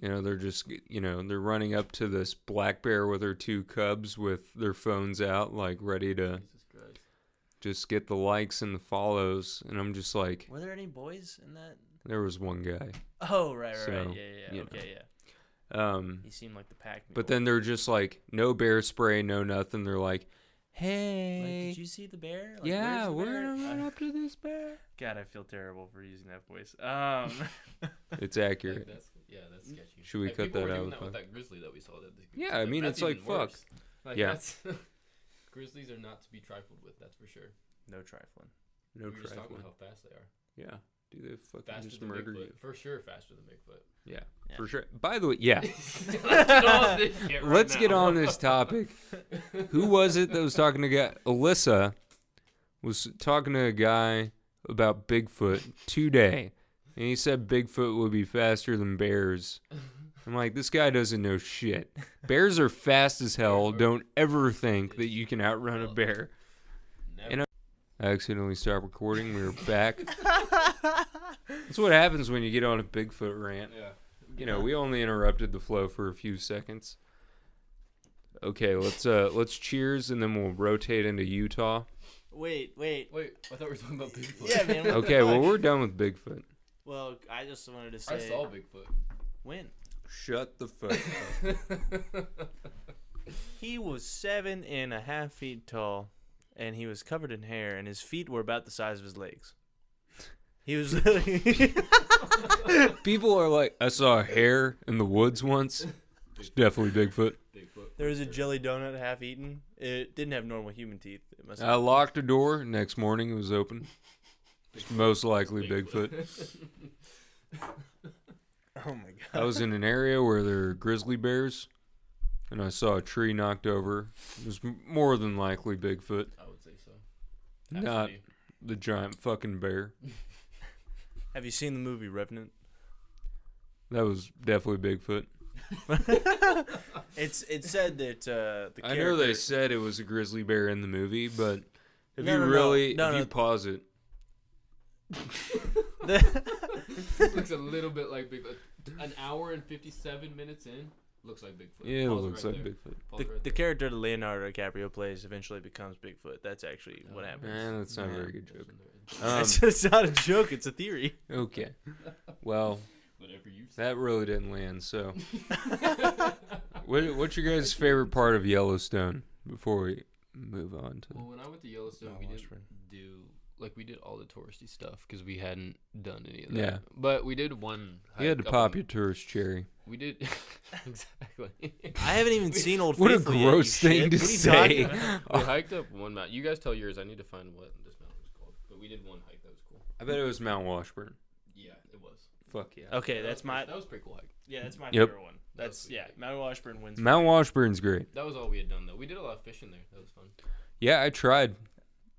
You know, they're just, you know, they're running up to this black bear with her two cubs with their phones out, like ready to Jesus Christ. just get the likes and the follows. And I'm just like, Were there any boys in that? there was one guy. Oh, right, right, right. So, Yeah, yeah, yeah. you know. Okay, yeah. Um, He seemed like the pack. but mule. then they're just like, no bear spray, no nothing. They're like, Like, hey, did you see the bear? Like, yeah, where's the we're bear? going <laughs> to run I- up to this <laughs> bear. God, I feel terrible for using that voice. <laughs> Um, It's Like, accurate. that's, yeah, that's sketchy. Mm, Should we Like, cut people that were out of doing That the with pod? that grizzly that we saw. That Yeah, I mean, it's like, fuck. Yeah. yeah. <laughs> grizzlies are not to be trifled with. That's for sure. no trifling. No we were just talking trifling. about how fast they are. Yeah. Do they fucking Faster just than murder Bigfoot. you? For sure, faster <laughs> than Bigfoot. Yeah, Yeah. For sure. By the way, yeah. Let's get on this shit right Let's get now. on this topic. Who was it that was talking to guy? Alyssa was talking to a guy about Bigfoot today, and he said Bigfoot would be faster than bears. I'm like, this guy doesn't know shit. Bears are fast as hell. Don't ever think that you can outrun a bear. Never. And I I accidentally stopped recording. We were back. That's what happens when you get on a Bigfoot rant. Yeah. You know, we only interrupted the flow for a few seconds. Okay, let's uh let's cheers and then we'll rotate into Utah. Wait, wait. Wait, I thought we were talking about Bigfoot. Yeah, man. What Okay, the well fuck? we're done with Bigfoot. Well, I just wanted to say. <laughs> I saw Bigfoot. <laughs> When Shut the fuck he was seven and a half feet tall, and he was covered in hair, and his feet were about the size of his legs. He <laughs> was literally. up. <laughs> People are like, I saw a hare in the woods once. It's definitely Bigfoot. Bigfoot. there was a jelly donut half eaten. It didn't have normal human teeth. It must. I locked a door. Next morning it was open. It's most likely Bigfoot. oh my god. I was in an area where there are grizzly bears, and I saw a tree knocked over. It was m- more than likely Bigfoot, <laughs> I would say so. not Actually, the giant fucking bear. Have you seen the movie Revenant? That was definitely Bigfoot. It's it said that uh, the I know they character- said it was a grizzly bear in the movie, but if No, you no, no. really No, if no. you pause it, this <laughs> looks a little bit like Bigfoot. An hour and fifty-seven minutes in, looks like Bigfoot. yeah, it Pause looks right like there. Bigfoot. Pause the, right the there. character that Leonardo DiCaprio plays eventually becomes Bigfoot. That's actually what happens. Oh, Man, that's not a Yeah. very good <laughs> joke. Goes in there. Um, it's, it's not a joke. It's a theory. okay, well, Whatever you That really didn't land. So, what, what's your guys' favorite part of Yellowstone before we move on to? Well, when I went to Yellowstone, Not we didn't Washburn. do like we did all the touristy stuff because we hadn't done any of that. Yeah. But we did one. You had to hike up pop on- your tourist cherry. We did <laughs> exactly. I haven't even seen Old What a Faithful yet, you gross shit. thing to What are you say. talking <laughs> about? we hiked up one mountain. You guys tell yours. I need to find what this mountain was called. But we did one hike that was cool. I bet it was Mount Washburn. Yeah, it was. Fuck yeah. Okay, that's my That was a pretty cool hike. yeah, that's my Yep. favorite one. That's yeah, Mount Washburn wins. Mount Washburn's great. That was all we had done though. We did a lot of fishing there. That was fun. Yeah, I tried.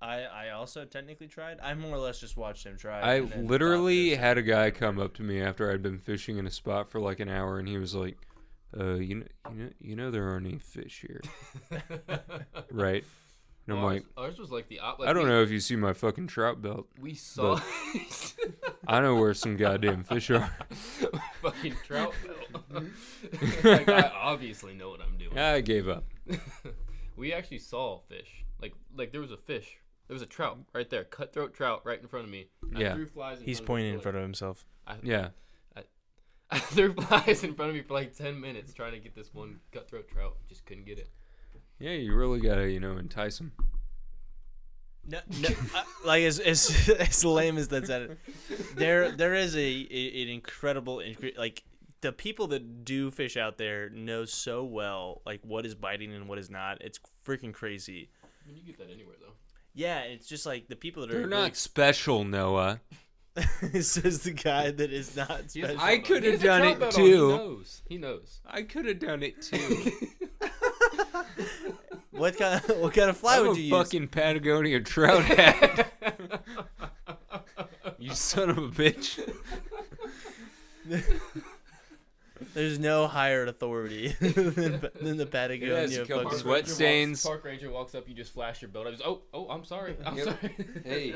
I I also technically tried. I more or less just watched him try. I and then literally thought had a guy come up to me after I'd been fishing in a spot for like an hour, and he was like, "Uh, you know, you know, you know, there aren't any fish <laughs> here, right?" And I'm ours, like, ours was like the op- like "I don't we, know if you see my fucking trout belt. We saw <laughs> I know where some goddamn fish <laughs> are." fucking trout. belt. <laughs> like I obviously know what I'm doing. I gave up. <laughs> we actually saw fish. Like like there was a fish. There was a trout right there, cutthroat trout right in front of me. I Yeah. threw flies in this- He's front pointing of in front of himself. of me. for, like- Yeah, <laughs> I, I threw flies in front of me for like ten minutes trying to get this one cutthroat trout. Just couldn't get it. yeah, you really gotta, you know, entice them. No, No, I- like as, as <laughs> as lame as that sounded, there there is a, a an incredible incre- like the people that do fish out there know so well like what is biting and what is not. It's freaking crazy. I mean you get that anywhere though. Yeah, it's just like the people that They're are not special, Noah. <laughs> says the guy that is not <laughs> He has special. a I trout belt. coulda He has a done trout it belt too. On. He knows. He knows. I could have done it too. <laughs> <laughs> What kind of, what kind of fly I'm would a you use? fucking Patagonia trout <laughs> hat. you son of a bitch. There's no higher authority <laughs> than, than <laughs> the has Patagonia a couple fucking sweat ranger walks- stains. park ranger walks up, you just flash your belt. I was oh oh I'm sorry. I'm Yep. sorry. <laughs> Hey,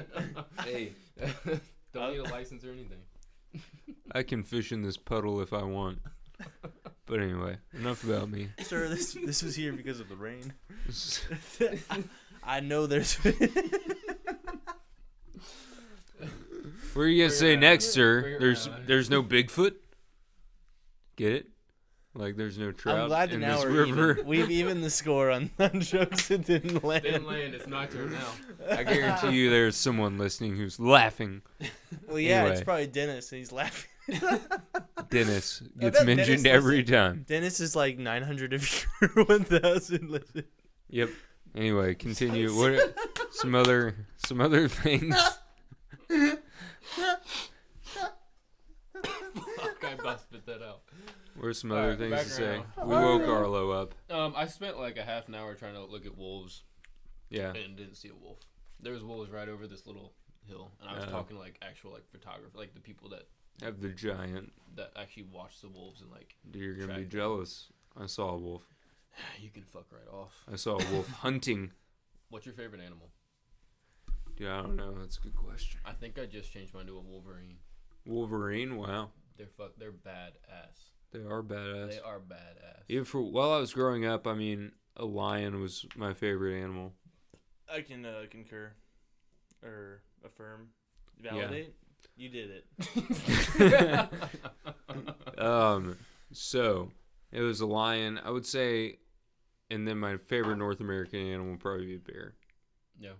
hey. Uh, Don't need a license or anything. I can fish in this puddle if I want. But anyway, enough about me. Sir, this this was here because of the rain. I, I know there's. <laughs> What are you gonna say it out. next, sir? Figure it There's out. there's no Bigfoot. Get it? Like there's no trout I'm glad that in now this we're river. <laughs> even. We've even the score on, <laughs> on jokes that didn't land. Didn't land. It's not your <laughs> now. I guarantee you, there's someone listening who's laughing. Well, yeah, it's Anyway. probably Dennis, and he's laughing. <laughs> Dennis I gets bet mentioned Dennis every time. Dennis is like 900 of <laughs> your 1,000 listen. Yep. Anyway, continue. What are- some other some other things? Fuck, I busted that out. What are some All other right, things to say? background. We woke Arlo up. Um, I spent like a half an hour trying to look at wolves Yeah. and didn't see a wolf. There was wolves right over this little hill, and I was Uh. talking like actual like photographer, like the people that Have the giant. that actually watch the wolves and like Dude, you're gonna be Track. jealous. I saw a wolf. you can fuck right off. I saw a wolf <laughs> hunting. What's your favorite animal? Dude, I don't know. That's a good question. I think I just changed mine to a wolverine. Wolverine. Wow, They're fuck. They're badass. they are badass. They are badass. Even for while I was growing up, I mean, a lion was my favorite animal. I can uh, concur or affirm, validate. You did it. Um, so it was a lion. I would say, and then my favorite North American animal would probably be a bear. Yeah.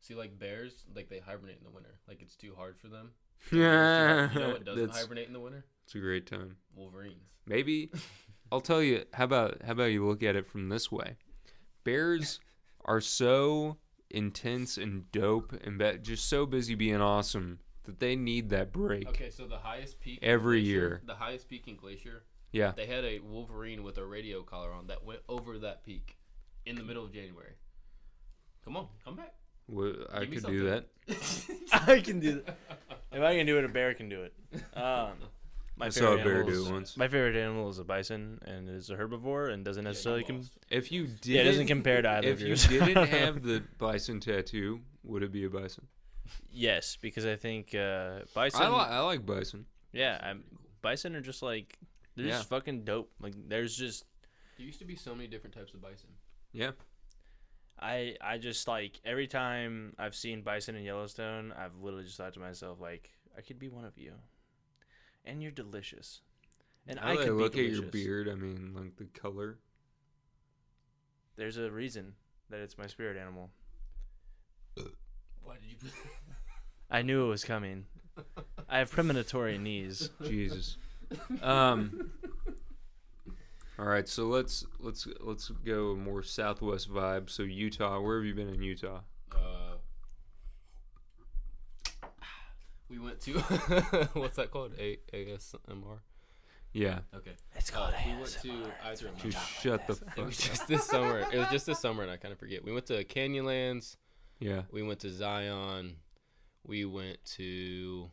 See, like bears, like they hibernate in the winter. Like it's too hard <laughs> for them. Yeah, <laughs> you know what <laughs> doesn't that's hibernate in the winter? it's a great time. Wolverines. Maybe I'll tell you. How about how about you look at it from this way? Bears are so intense and dope and ba- just so busy being awesome that they need that break. Okay, so the highest peak in Every Glacier- year. the highest peak in Glacier, Yeah, they had a Wolverine with a radio collar on that went over that peak in the middle of January. Come on, come back. w- I Give me could something. do that. <laughs> I can do that. If I can do it, a bear can do it. Um, my I saw a favorite bear animal do is- it once. My favorite animal is a bison, and it is a herbivore, and doesn't necessarily. com- lost. If you did, yeah, it doesn't compare to either if of you yours. <laughs> didn't have the bison tattoo, would it be a bison? yes, because I think uh, bison. I, li- I like bison. yeah, I'm, bison are just like they're Yeah. just fucking dope. Like there's just There used to be so many different types of bison. Yeah, I I just like every time I've seen bison in Yellowstone, I've literally just thought to myself like I could be one of you, and you're delicious. And Now I that could look be at your delicious. beard. I mean, like the color. There's a reason that it's my spirit animal. Why did you? I knew it was coming. I have premonitory knees. <laughs> Jesus. Um. All right, so let's let's let's go more Southwest vibe. So Utah, where have you been in Utah? Uh, we went to <laughs> what's that called? A- ASMR. Yeah, Okay. It's Uh, called we went to either of just shut the It fuck. was just this summer. It was just this summer, and I kind of forget. We went to Canyonlands. Yeah, We went to Zion. We went to.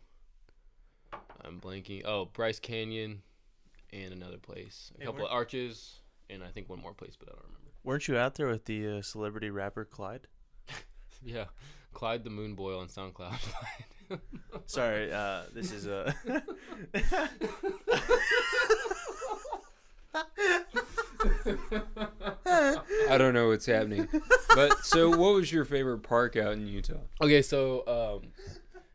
I'm blanking. Oh, Bryce Canyon, and another place. A Hey, couple where- of arches, and I think one more place, but I don't remember. Weren't you out there with the uh, celebrity rapper Clyde? Yeah, Clyde the Moon Boy on SoundCloud. <laughs> Sorry, uh, this is a. I don't know what's happening. But so, what was your favorite park out in Utah? Okay, so um,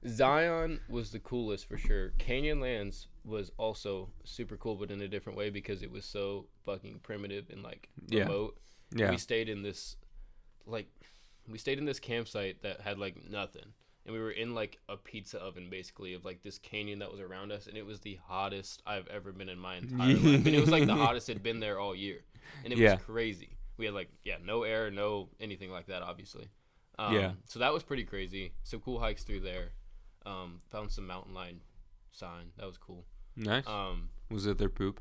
Zion was the coolest for sure. Canyonlands was also super cool, but in a different way because it was so fucking primitive and like Yeah. remote. Yeah, We stayed in this, like, we stayed in this campsite that had like nothing, and we were in like a pizza oven basically of like this canyon that was around us, and it was the hottest I've ever been in my entire life. And it <laughs> was like the hottest it had been there all year, and it Yeah. was crazy. We had like yeah, no air, no anything like that, obviously. Um, Yeah. So that was pretty crazy. Some cool hikes through there. Um, found some mountain lion sign. That was cool. nice. Um, was it their poop?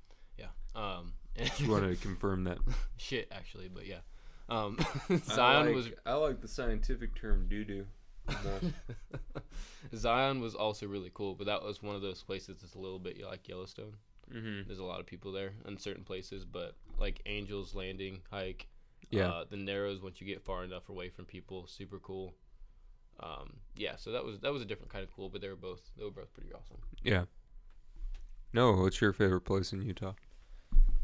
yeah. Um, <laughs> Just wanted to confirm that. shit actually, but yeah. Um, <laughs> Zion was Mm-hmm. I like the scientific term doo <laughs> doo. Zion was also really cool, but that was one of those places that's a little bit like Yellowstone. mm-hmm. There's a lot of people there in certain places, but like Angel's Landing hike, Yeah. uh, the Narrows. Once you get far enough away from people, super cool. Um, yeah, so that was that was a different kind of cool, but they were both they were both pretty awesome. Yeah. No, what's your favorite place in Utah? <laughs>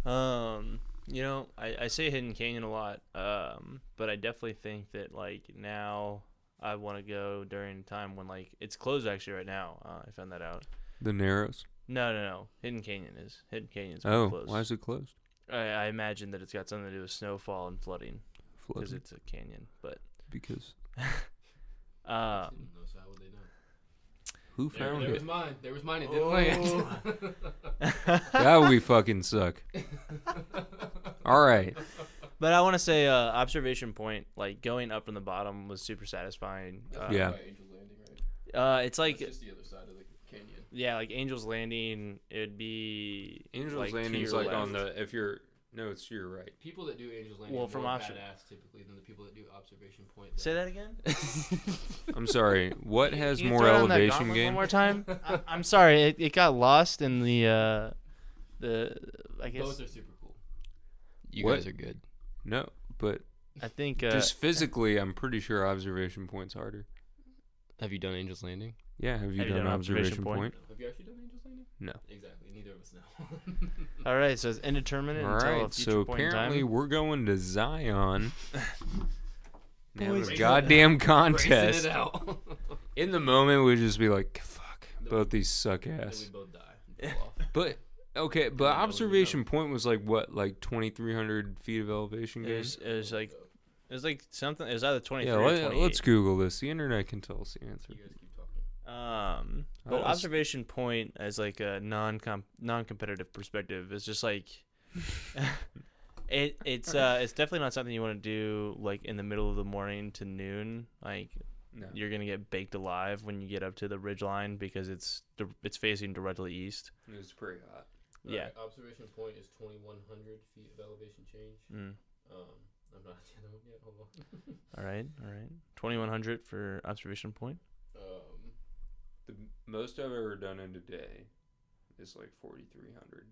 Um, you know, I, I say Hidden Canyon a lot, um, but I definitely think that like now I want to go during a time when like it's closed actually right now. Uh, I found that out. The Narrows. No, no, no. Hidden Canyon is Hidden Canyon's been Oh, closed. why is it closed? I, I imagine that it's got something to do with snowfall and flooding because Flooded it's a canyon. But because uh, so how would they know? who There, found there was it? mine. There was mine. It didn't Oh. land. that we fucking <laughs> suck. All right. but I want to say uh, observation point like going up from the bottom was super satisfying. <laughs> Uh, Oh. Yeah. Angel's Landing, right? Uh, it's like That's just the other side of the canyon. yeah, like Angel's Landing. It'd be Angel's like, to Landing's your like on left. the if you're no, it's to your right. People that do Angel's Landing Well, are from more obser- badass typically than the people that do Observation Point. Say that again. <laughs> <laughs> I'm sorry. What has Can <laughs> you more throw down that elevation gauntlet One gain? <laughs> more time. I, I'm sorry, it, it got lost in the uh, the. I guess Both are super cool. You What? guys are good. <laughs> No, but I think uh, just physically, I'm pretty sure observation points harder. Have you done Angel's Landing? Yeah, have you done, observation, point? Have you actually done Angel's Landing? No. Exactly. Neither of us <laughs> know. All right, so it's indeterminate All until a right, future so point in apparently time. we're going to <laughs> Zion. Now Boys, the Racing <laughs> goddamn Racing contest. it out. In the moment, we'd just be like, "Fuck, Then both these suck Then we ass." both die. <laughs> and fall off. But okay, we but know. observation point was like what, like twenty three hundred feet of elevation It gain? was, it was like it was like something. It was either 23 Yeah, or let, 28. let's Google this. The internet can tell us the answer. You guys keep talking. Um, Oh, but it's- observation point as like a non non competitive perspective is just like <laughs> it it's uh it's definitely not something you want to do like in the middle of the morning to noon. Like No. you're gonna get baked alive when you get up to the ridge line because it's di- it's facing directly east. It's pretty hot. Yeah. Alright, observation point is 2,100 feet of elevation change. Mm. Um, I'm not at the other one yet. Hold on. All right, all right. Twenty one hundred for observation point. <laughs> Um, The m- most I've ever done in a day is like forty three hundred.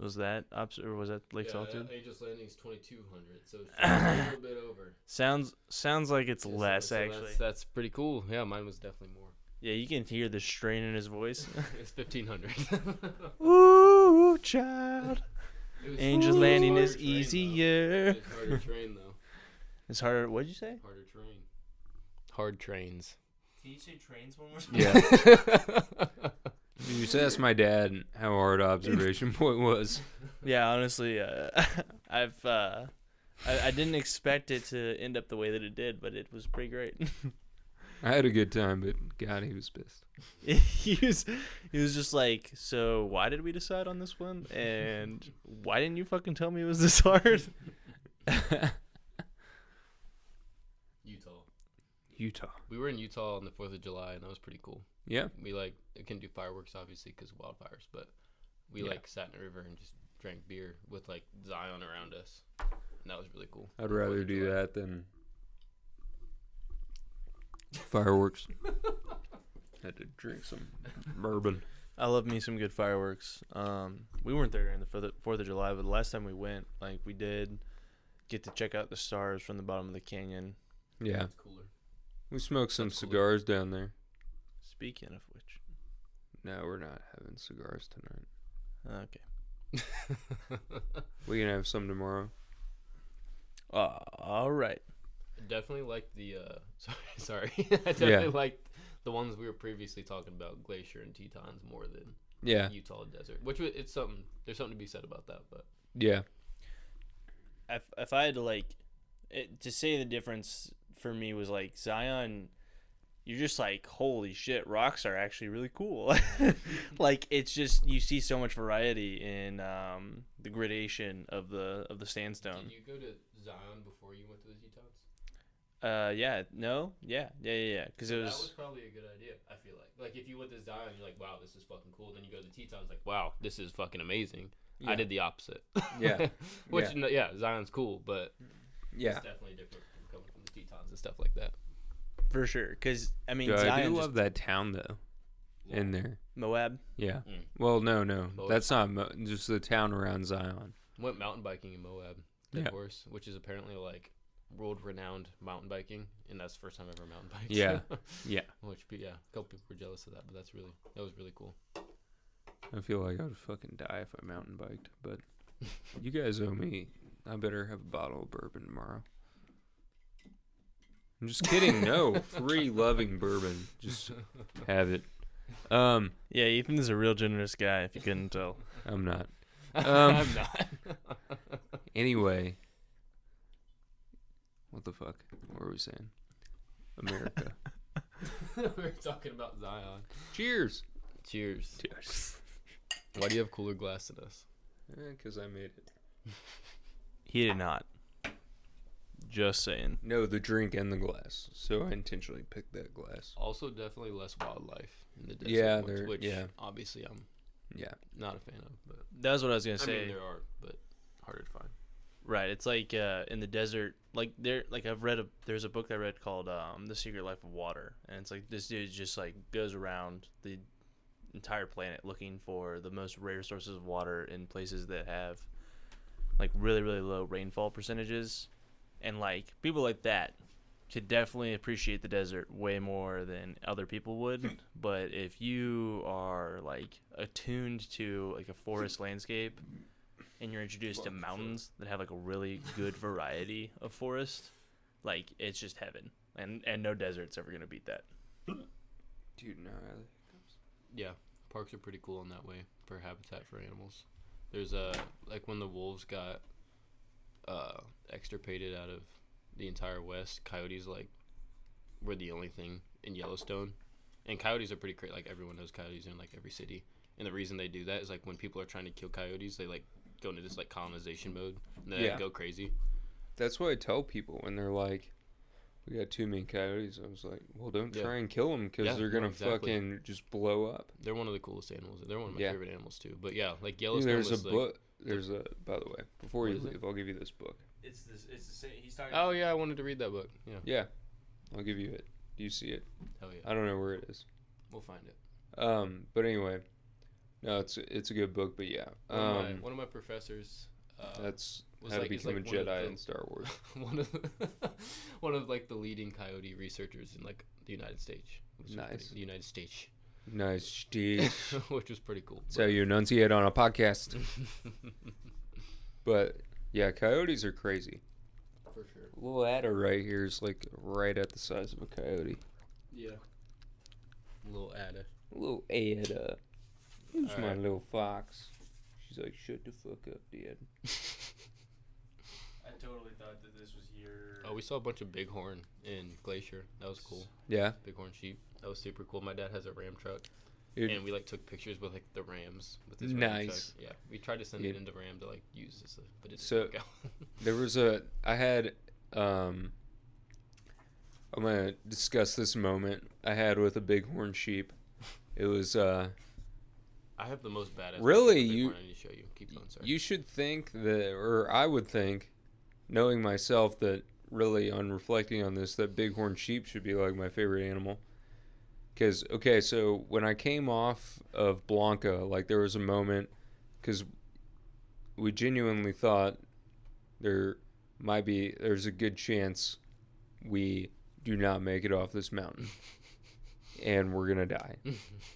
Was that obs- or was that Lake yeah, Solitude? Angel's Landing is 2,200, <laughs> so it's just a little bit over. Sounds sounds like it's So- so less that's- actually. That's, pretty cool. Yeah, mine was definitely <laughs> more. <laughs> Yeah, you can hear the strain in his voice. It's <laughs> 1,500. Ooh, child. It was- Angel it was landing harder is terrain, though. easier. It's harder terrain though. It's harder. What'd you say? Harder terrain. Hard trains. <laughs> Can you say trains one more Yeah. You should ask my dad how hard <laughs> observation point was. Yeah, honestly, uh, <laughs> I've uh, I, I didn't expect it to end up the way that it did, but it was pretty great. <laughs> I had a good time, but God, he was pissed. he was he was just like, so why did we decide on this one? And why didn't you fucking tell me it was this hard? Utah. Utah. We were in Utah on the Fourth of July, and that was pretty cool. Yeah. We like it couldn't do fireworks obviously because wildfires, but we Yeah. like sat in a river and just drank beer with like Zion around us, and that was really cool. I'd The 4th of rather do July. that than fireworks. <laughs> Had to drink some bourbon. <laughs> I love me some good fireworks. Um, we weren't there during the Fourth Fourth of July, but the last time we went, like we did, get to check out the stars from the bottom of the canyon. Yeah, It's <laughs> cooler. we smoked some That's cool. cigars down there. Speaking of which, No, we're not having cigars tonight. okay. We can have some tomorrow. Uh, all right. I definitely like the uh <laughs> sorry sorry. I definitely liked the ones we were previously talking about, Glacier and Tetons, more than Yeah, Utah desert. Which wa- it's something there's something to be said about that, but yeah. if if I had to like it, to say the difference for me was like Zion, you're just like holy shit, rocks are actually really cool. <laughs> like it's just you see so much variety in um, the gradation of the of the sandstone. Um, did you go to Zion before you went to the Tetons? Uh, yeah, no, yeah, yeah, yeah, yeah, because it That was was probably a good idea. I feel like, like if you went to Zion, you're like, wow, this is fucking cool. Then you go to the Tetons, like, wow, this is fucking amazing. Yeah. I did the opposite. <laughs> Yeah. which Yeah. no- yeah, Zion's cool, but Yeah. it's definitely different from coming from the Tetons and stuff like that. for sure. Because I mean, Dude, I do Zion, love that town though. In there. Moab. Yeah. Mm. Well, no, no. Moab. That's not Mo- just the town around Zion. Went mountain biking in Moab, Dead Yeah. Horse, which is apparently like world renowned mountain biking, and that's the first time I ever mountain biked. <laughs> Yeah. Yeah. which pe- yeah, a couple people were jealous of that, but that's really that was really cool. I feel like I would fucking die if I mountain biked, but <laughs> you guys owe me. I better have a bottle of bourbon tomorrow. I'm just kidding. <laughs> No, free loving bourbon. Just have it. Um, Yeah, Ethan is a real generous guy. If you couldn't tell. I'm <laughs> not. Um, <laughs> I'm not. Anyway, what the fuck? What were we saying? America. we <laughs> were talking about Zion. <laughs> Cheers. Cheers. Cheers. Why do you have cooler glass than us? Because Eh, I made it. He did not. Just saying. No, the drink and the glass. So I intentionally picked that glass. Also, definitely less wildlife in the desert. Yeah, which- there- which yeah. obviously I'm Yeah. not a fan of. But That's what I was gonna I say. mean, there are, but harder to find. Right. It's like uh, in the desert. Like there, like I've read a there's a book I read called um, "The Secret Life of Water," and it's like this dude just like goes around the entire planet looking for the most rare sources of water in places that have like really really low rainfall percentages, and like people like that could definitely appreciate the desert way more than other people <laughs> would. but if you are like attuned to like a <laughs> forest landscape and you're introduced to mountains that have like a really good variety of forest, like it's just heaven. And and no desert's ever gonna beat that. Dude, no. Yeah, parks are pretty cool in that way for habitat for animals. There's a like when the wolves got uh, extirpated out of the entire West, coyotes like were the only thing in Yellowstone, and coyotes are pretty crazy. Like everyone knows coyotes in like every city, and the reason they do that is like when people are trying to kill coyotes, they like go into this like colonization mode and they Yeah. go crazy. That's what I tell people when they're like, we got too many coyotes. I was like, well, don't Yeah. try and kill them because Yeah, they're no, going to exactly. fucking just blow up. They're one of the coolest animals. They're one of my Yeah. favorite animals too. But yeah, like Yellowstone. There's a was, like- book. There's a, by the way, before What you is it? leave, I'll give you this book. It's this it's the same he's talking Oh yeah, I wanted to read that book. Yeah, Yeah. I'll give you it. You see it. hell yeah, I don't know where it is. we'll find it. Um, but anyway, no, it's it's a good book, but yeah. One, of, my, Um, one of my professors. Uh, that's was how to like- it's become like a one of Jedi the- in Star Wars. <laughs> one of <laughs> one of like the leading coyote researchers in like the United States. which was pretty- Nice. the <laughs> United States, <laughs> nice, Steve. which was pretty cool. So <laughs> you enunciate on a podcast. but yeah, coyotes are crazy. for sure. Little adder right here is like right at the size of a coyote. Yeah. Little Ada. Little adder. Who's All my right. little fox? She's like, shut the fuck up, <laughs> Dad. I totally thought that this was your. Oh, we saw a bunch of bighorn in Glacier. That was cool. Yeah. Bighorn sheep. That was super cool. My dad has a ram truck, Dude. and we like took pictures with like the rams with his ram Nice. truck. Yeah, we tried to send it Yeah. into Ram to like use this, but it didn't So- work out. <laughs> There was a I had um I'm gonna discuss this moment I had with a bighorn sheep. It was uh I have the most badass. picture Really? of You- bighorn I need to show you. Keep going. Sorry. you should think that or I would think, knowing myself that really on reflecting on this, that bighorn sheep should be like my favorite animal. Cause okay, so when I came off of Blanca, like there was a moment because we genuinely thought there might be there's a good chance we do not make it off this mountain and we're gonna die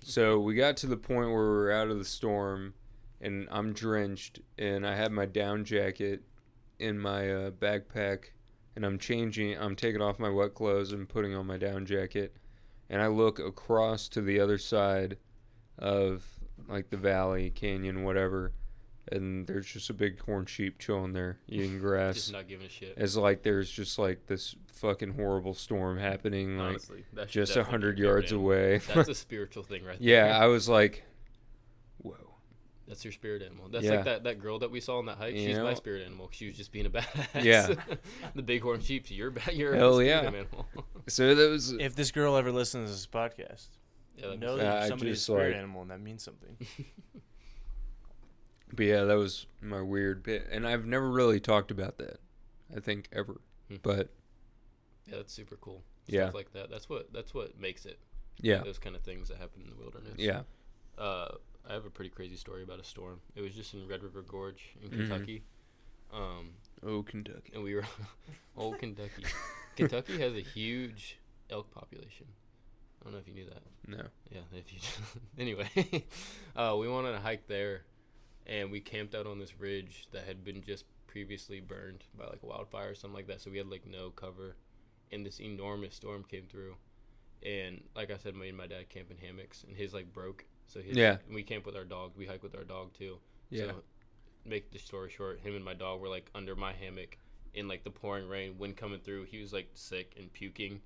so we got to the point where we were out of the storm and i'm drenched and i had my down jacket in my uh, backpack and i'm changing i'm taking off my wet clothes and putting on my down jacket and i look across to the other side of like the valley canyon whatever and there's just a big corn sheep chilling there eating grass just not giving a shit. as like there's just like this fucking horrible storm happening like Honestly, that's just a hundred yards <laughs> away. <laughs> That's a spiritual thing, right there. yeah, I was like, whoa. That's your spirit animal. That's Yeah. like that, that girl that we saw on that hike. You She's my know? spirit animal. She was just being a badass. Yeah. <laughs> the bighorn sheep's your ba- your Hell spirit yeah. animal. <laughs> So that was If this girl ever listens to this podcast, yeah, that'd be know sick. Uh, that I you're somebody's just, spirit like- animal, and that means something. But yeah, that was my weird bit, and I've never really talked about that. I think ever, Hmm. but <laughs> yeah, that's super cool. Yeah. Stuff like that. That's what that's what makes it. yeah, Those kind of things that happen in the wilderness. yeah, Uh, I have a pretty crazy story about a storm. It was just in Red River Gorge in Mhm. Kentucky. Um, oh Kentucky, and we were <laughs> old Kentucky. Kentucky has a huge elk population. I don't know if you knew that. <laughs> no, Yeah, if you <laughs> anyway, uh, we went on a hike there, and we camped out on this ridge that had been just previously burned by like wildfire or something like that. So we had like no cover, and this enormous storm came through, and like I said, me and my dad camp in hammocks, and his like broke. So his, Yeah. we camp with our dog. We hike with our dog too. yeah, So, make the story short, him and my dog were like under my hammock in like the pouring rain, wind coming through. He was like sick and puking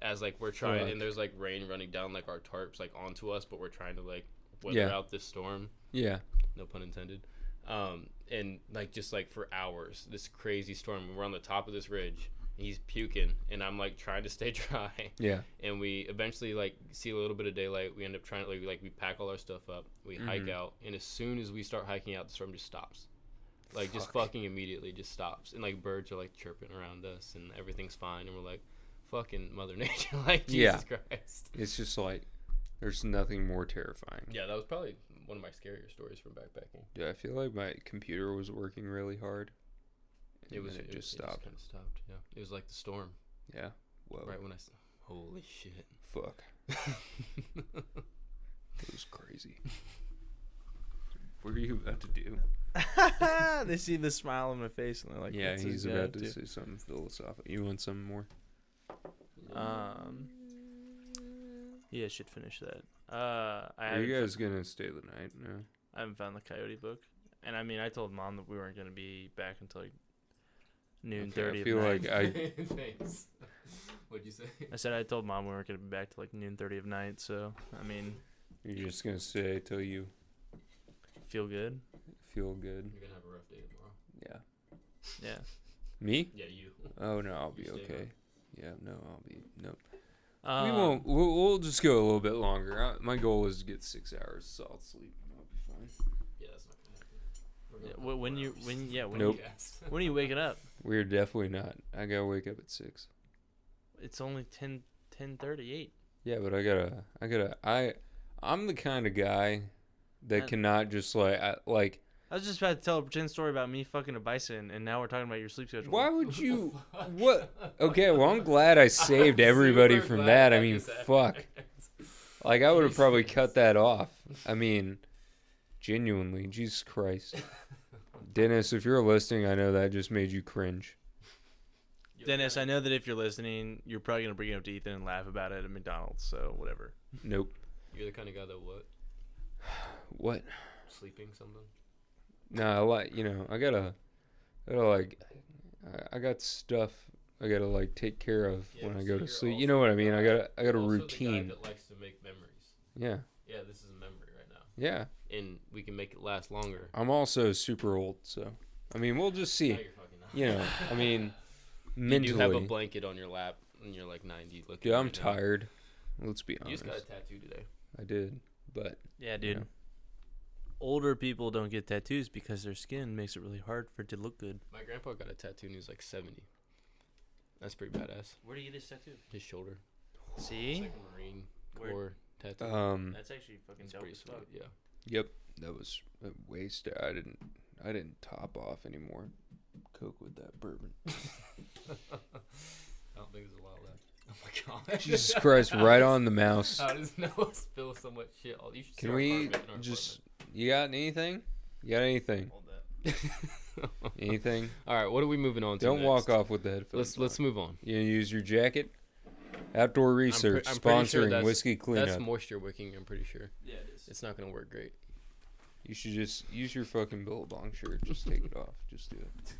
as like we're trying, Fuck. and there's like rain running down like our tarps like onto us, but we're trying to like weather Yeah. out this storm. yeah, No pun intended. Um, and like just like for hours, this crazy storm. We're on the top of this ridge. and He's puking, and I'm like trying to stay <laughs> dry yeah, and we eventually like see a little bit of daylight. We end up trying to like, we- like we pack all our stuff up, we hike Mhm. out, and as soon as we start hiking out, the storm just stops, like just fucking immediately just stops, and like birds are like chirping around us, and everything's fine, and we're like, fucking Mother <laughs> Nature, like Yeah. Jesus Christ. It's just like there's nothing more terrifying. Yeah, that was probably one of my scarier stories from backpacking. Yeah, I feel like my computer was working really hard. And It was then it just stopped. Oh. kind of stopped. Yeah, it was like the storm Yeah. Whoa. right when I. s- Holy shit. <laughs> Fuck. It was crazy. what are you about to do? <laughs> they see the smile on my face, and they're like, yeah, "What's this he's guy about up to say something philosophical. You want something more? Uh, <laughs> Um, yeah, I should finish that. Uh, I Are haven't, you fo- guys gonna stay the night? No. I haven't found the coyote book, and I mean, I told mom that we weren't gonna be back until like noon Okay, thirty. I of feel night. like I. Thanks. What'd you say? <laughs> I said I told mom we weren't gonna be back till like noon thirty of night. So I mean, You're just gonna stay till you feel good. feel good. You're gonna have a rough day tomorrow. Yeah. Yeah. Me? Yeah, you. Oh no, I'll be You stay up. okay. Yeah, no, I'll be no. Um, we won't. We'll, we'll just go a little bit longer. I, my goal is to get six hours of solid sleep. and I'll be fine. Yeah, that's not gonna happen. We're yeah, gonna wh- when you when yeah when Nope. you, <laughs> when are you waking up? We're definitely not. I gotta wake up at six. It's only 10, 10.38. Yeah, but I gotta, I gotta, I, I'm the kind of guy that I- cannot just like, I, like, I was just about to tell a pretend story about me fucking a bison, and now we're talking about your sleep schedule. why would you, what? Okay, well, <laughs> I'm glad I saved everybody from that. I mean, fuck. Like, I would have probably cut that off. I mean, genuinely, Jesus Christ. Dennis, if you're listening, I know that just made you cringe. Dennis, I know that if you're listening, you're probably gonna bring it up to Ethan and laugh about it at McDonald's. So whatever. Nope. You're the kind of guy that what? What? Sleeping something. No, I like you know, I gotta, I gotta like, I, I got stuff I gotta like take care of Yeah, when I so go to you're sleep. also You know what I mean? I gotta, I got a Also the guy routine. that likes to make memories. Yeah, Yeah, this is a memory right now, yeah. and we can make it last longer. I'm also super old, so I mean, we'll just see. No, you're fucking not. You know, I mean, <laughs> You mentally, do have a blanket on your lap, and you're like 90 looking. dude, I'm right now. tired. Let's be You honest. just got a tattoo today. I did, but Yeah, you dude. know. Older people don't get tattoos because their skin makes it really hard for it to look good. My grandpa got a tattoo and he was like 70. That's pretty badass. Where do you get this tattoo? His shoulder. It's See? Hmm. like a Marine Where- Corps tattoo. Um. That's actually fucking it's dope pretty as sweet. fuck. Yeah. <laughs> Yep. That was a waste. I didn't. I didn't top off anymore. Coke with that <laughs> bourbon. I don't think there's a lot left. Oh my <laughs> god. Jesus Christ! Right on the mouse. How Oh, does <laughs> Noah spill so much shit? All you should see Can our we apartment in our just? You got anything? You got anything? apartment. <laughs> Anything? All right, what are we moving on to? Don't walk next? off with the headphones. Let's let's move on. You gonna use your jacket. Outdoor research I'm pretty sure sponsoring that's- whiskey That's cleanup. moisture wicking. I'm pretty sure Yeah, it is. it's not gonna work great. you should just use your fucking Billabong shirt. Just take it off. Just do it.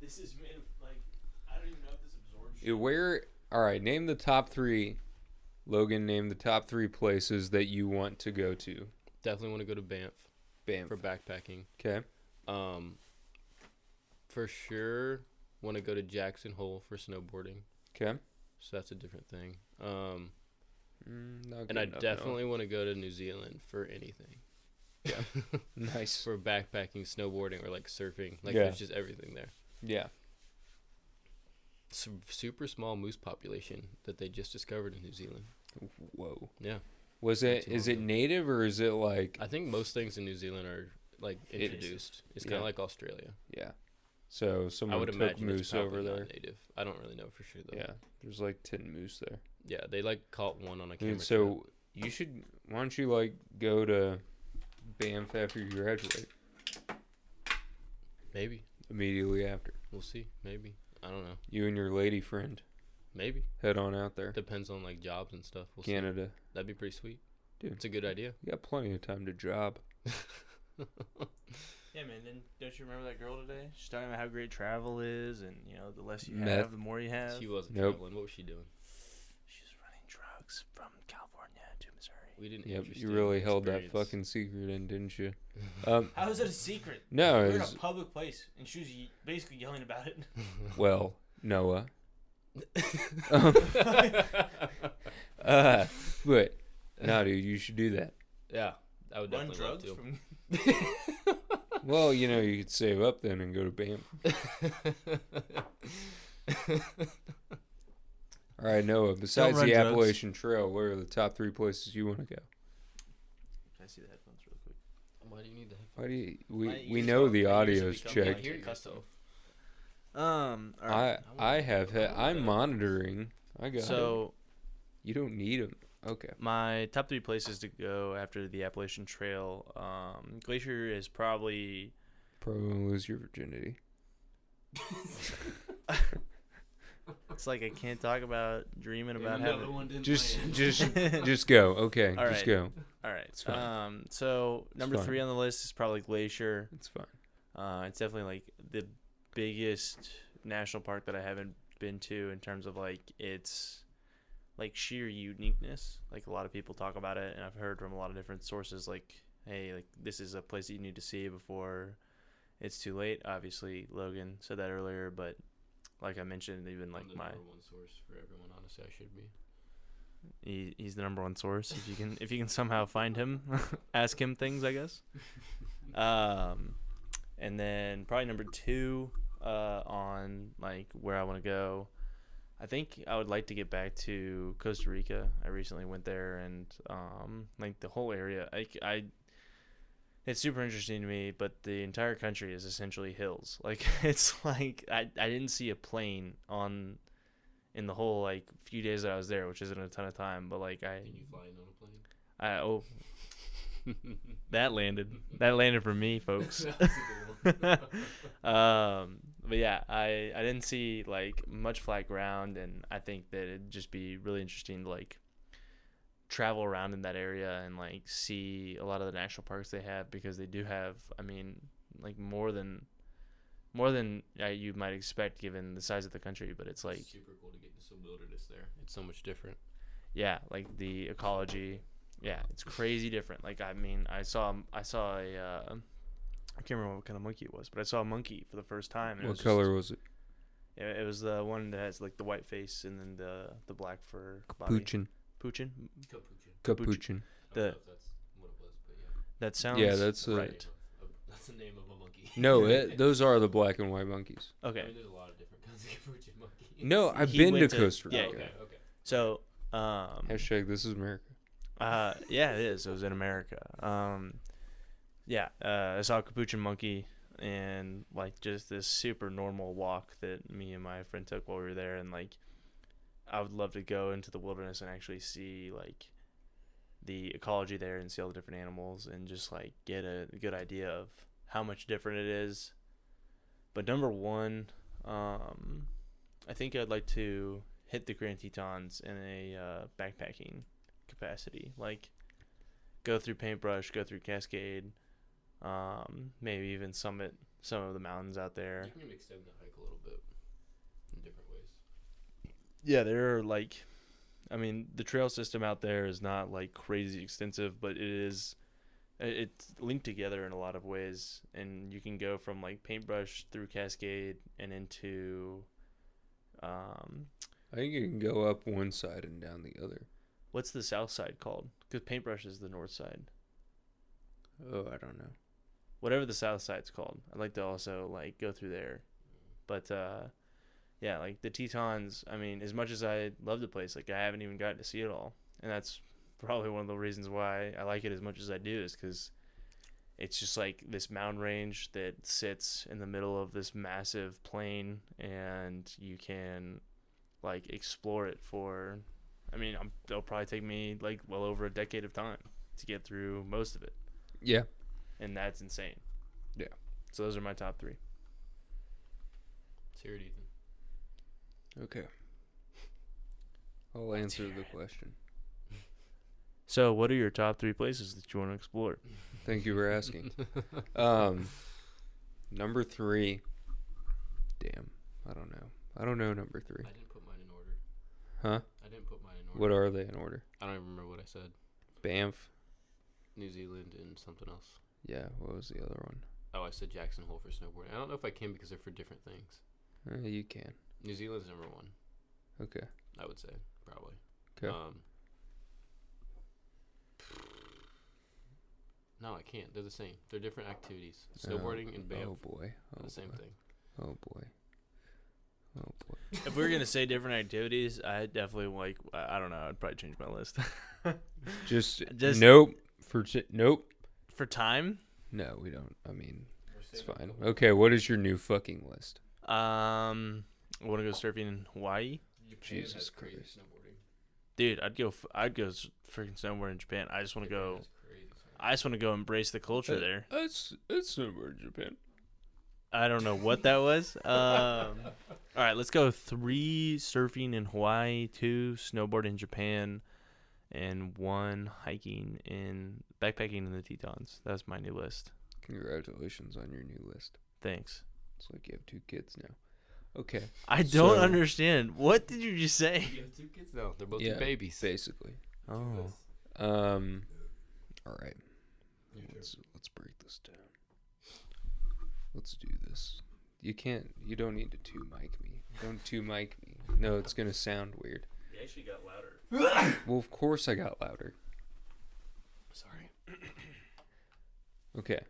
This is made of like I don't even know if this absorbs. You wear. All right. Name the top three. Logan, name the top three places that you want to go to. Definitely want to go to Banff Bam. for backpacking. Okay. Um, for sure want to go to Jackson Hole for snowboarding. Okay. So that's a different thing. Um, Mm, not good and I enough, no. definitely want to go to New Zealand for anything. Yeah. nice. <laughs> for backpacking, snowboarding, or like surfing. Like Yeah. there's just everything there. Yeah. S- super small moose population that they just discovered in New Zealand. Whoa. Yeah. Was it? That's Is long it native or is it like? I think most things in New Zealand are like It- introduced. it's kind of yeah. like Australia. yeah. So I someone would took imagine moose over there. native. I don't really know for sure though. Yeah. There's like ten moose there. Yeah, they like caught one on a camera. Dude, so you should. Why don't you like go to Banff after you graduate? trap. maybe Immediately after. we'll see. Maybe I don't know. You and your lady friend Maybe head on out there. depends on like jobs and stuff. We'll see. Canada. That'd be pretty sweet. Dude. it's a good idea. You got plenty of time to job. Yeah, man. Then don't you remember that girl today? She's talking about how great travel is, and you know, the less you Meth. have, the more you have. she wasn't Nope. traveling. What was she doing? She's running drugs from California to Missouri. We didn't. Yep. You interesting really held that experience. fucking secret in, didn't <laughs> you? Um. How <laughs> is it a secret? No. We're It in a was, public place, and she was ye- basically yelling about it. <laughs> well, Noah. <laughs> um, uh, but no, dude, you should do that. Yeah, I would Run definitely love drugs to. from. Well, you know, you could save up then and go to Banff. All right, Noah. Besides run the drugs. Appalachian Trail, where are the top three places you want to go? Can I see the headphones real quick? Why do you need that? Why do you, we My we ears know don't- the my ears audio have is become I checked. like- hear Check yourself. Um. All right. I I have had I'm monitoring. I got it. so you don't need them. Okay. my top three places to go after the Appalachian Trail, um, Glacier is probably Probably gonna lose your virginity. It's like I can't talk about dreaming about having. one didn't Just just <laughs> just go. Okay. All just right. go. All right. It's fine. Um. So number fine. three on the list is probably Glacier. It's fine. Uh, it's definitely like the biggest national park that I haven't been to in terms of like its like sheer uniqueness. Like a lot of people talk about it, and I've heard from a lot of different sources like, hey, like this is a place that you need to see before it's too late. Obviously, Logan said that earlier, but like I mentioned, even like my one source for everyone. Honestly, I should be. He, he's the number one source. If you can, if you can somehow find him, <laughs> ask him things, I guess. Um, and then probably number two, uh, on like where I want to go. I think I would like to get back to Costa Rica. I recently went there, and um, like the whole area, I, c- I- it's super interesting to me. But the entire country is essentially hills. <laughs> Like it's like I, I didn't see a plane on in the whole like few days that I was there, which isn't a ton of time, but like I, Can you fly in on <laughs> a plane? I oh that landed, that landed for me, <laughs> folks. <laughs> um, but yeah, I I didn't see like much flat ground, and I think that it'd just be really interesting to like travel around in that area and like see a lot of the national parks they have because they do have i mean like more than more than uh, you might expect given the size of the country but it's like super cool to get into some wilderness there. It's so much different. yeah like the ecology yeah it's crazy different like i mean i saw i saw a uh, i can't remember what kind of monkey it was but i saw a monkey for the first time and it What was just- color was it? it, it was the one that has like the white face and then the the black fur body Puchin. Poochin? Capuchin. Capuchin. The- know if that's what it was, but yeah. Oh, that sounds Yeah, that's uh, a. right That's the name of a monkey. No, it, those are the black and white monkeys. okay there's a lot of different kinds of capuchin monkeys. No, I've He been to went to- Costa yeah, Rica. okay, okay. so um Hashtag this is America. Uh, yeah, it is. It was in America. Um, yeah, uh, I saw a capuchin monkey and like just this super normal walk that me and my friend took while we were there, and like I would love to go into the wilderness and actually see like the ecology there and see all the different animals and just like get a good idea of how much different it is. But number one, um, I think I'd like to hit the Grand Tetons in a uh, backpacking capacity. Like, go through Paintbrush, go through Cascade, um, maybe even summit some of the mountains out there. You can extend the hike a little bit in different ways. Yeah, there are like, I mean, the trail system out there is not like crazy extensive, but it is, i- it's linked together in a lot of ways, and you can go from like Paintbrush through Cascade and into, um, I think you can go up one side and down the other. what's the south side called? Because Paintbrush is the north side. Oh, I don't know. whatever the south side's called. I'd like to also like go through there. But uh yeah, like the Tetons, I mean, as much as I love the place, like I haven't even gotten to see it all. And that's probably one of the reasons why I like it as much as I do is cuz it's just like this mountain range that sits in the middle of this massive plain and you can like explore it for I mean, I'm, it'll probably take me like well over a decade of time to get through most of it Yeah. and that's insane. Yeah. So those are my top three. It's here, Ethan. Okay. I'll answer the question. So what are your top three places that you want to explore? Thank you for asking. um, number three. Damn, I don't know. I don't know number three. I didn't put mine in order. Huh? I didn't put mine in order. What are they in order? I don't even remember what I said. Banff. New Zealand and something else. Yeah. What was the other one? Oh, I said Jackson Hole for snowboarding. I don't know if I can because they're for different things. Uh, you can. New Zealand's number one. Okay. I would say probably. 'Kay. Um, no, I can't. They're the same. They're different activities. Oh, Snowboarding and Banff Oh boy. are Oh the same boy. thing. Oh boy. Oh boy. if we were gonna say different activities, I definitely like I I don't know. I'd probably change my list <laughs> Just, Just- nope. For t- nope. for time. No, we don't. I mean, it's fine. Okay, what is your new fucking list? Um, I want to go surfing in Hawaii, Jesus Christ. Snowboarding. dude. I'd go. f- I'd go s- freaking somewhere in Japan. I just want to go. I just want to go embrace the culture there. It's it's somewhere in Japan. I don't know what that was. Um, all right, let's go three surfing in Hawaii, two snowboard in Japan, and one hiking in backpacking in the Tetons. That's my new list. Congratulations on your new list. Thanks. It's like you have two kids now. Okay, I don't So- understand. What did you just say? You have two kids now. They're both Yeah. babies. basically. Oh, Um, all right. Your turn. Let's let's break this down. Let's do this. You can't. You don't need to two mic me. Don't two mic me. No, it's gonna sound weird. you actually got louder. Well, of course I got louder. Sorry. <coughs> Okay.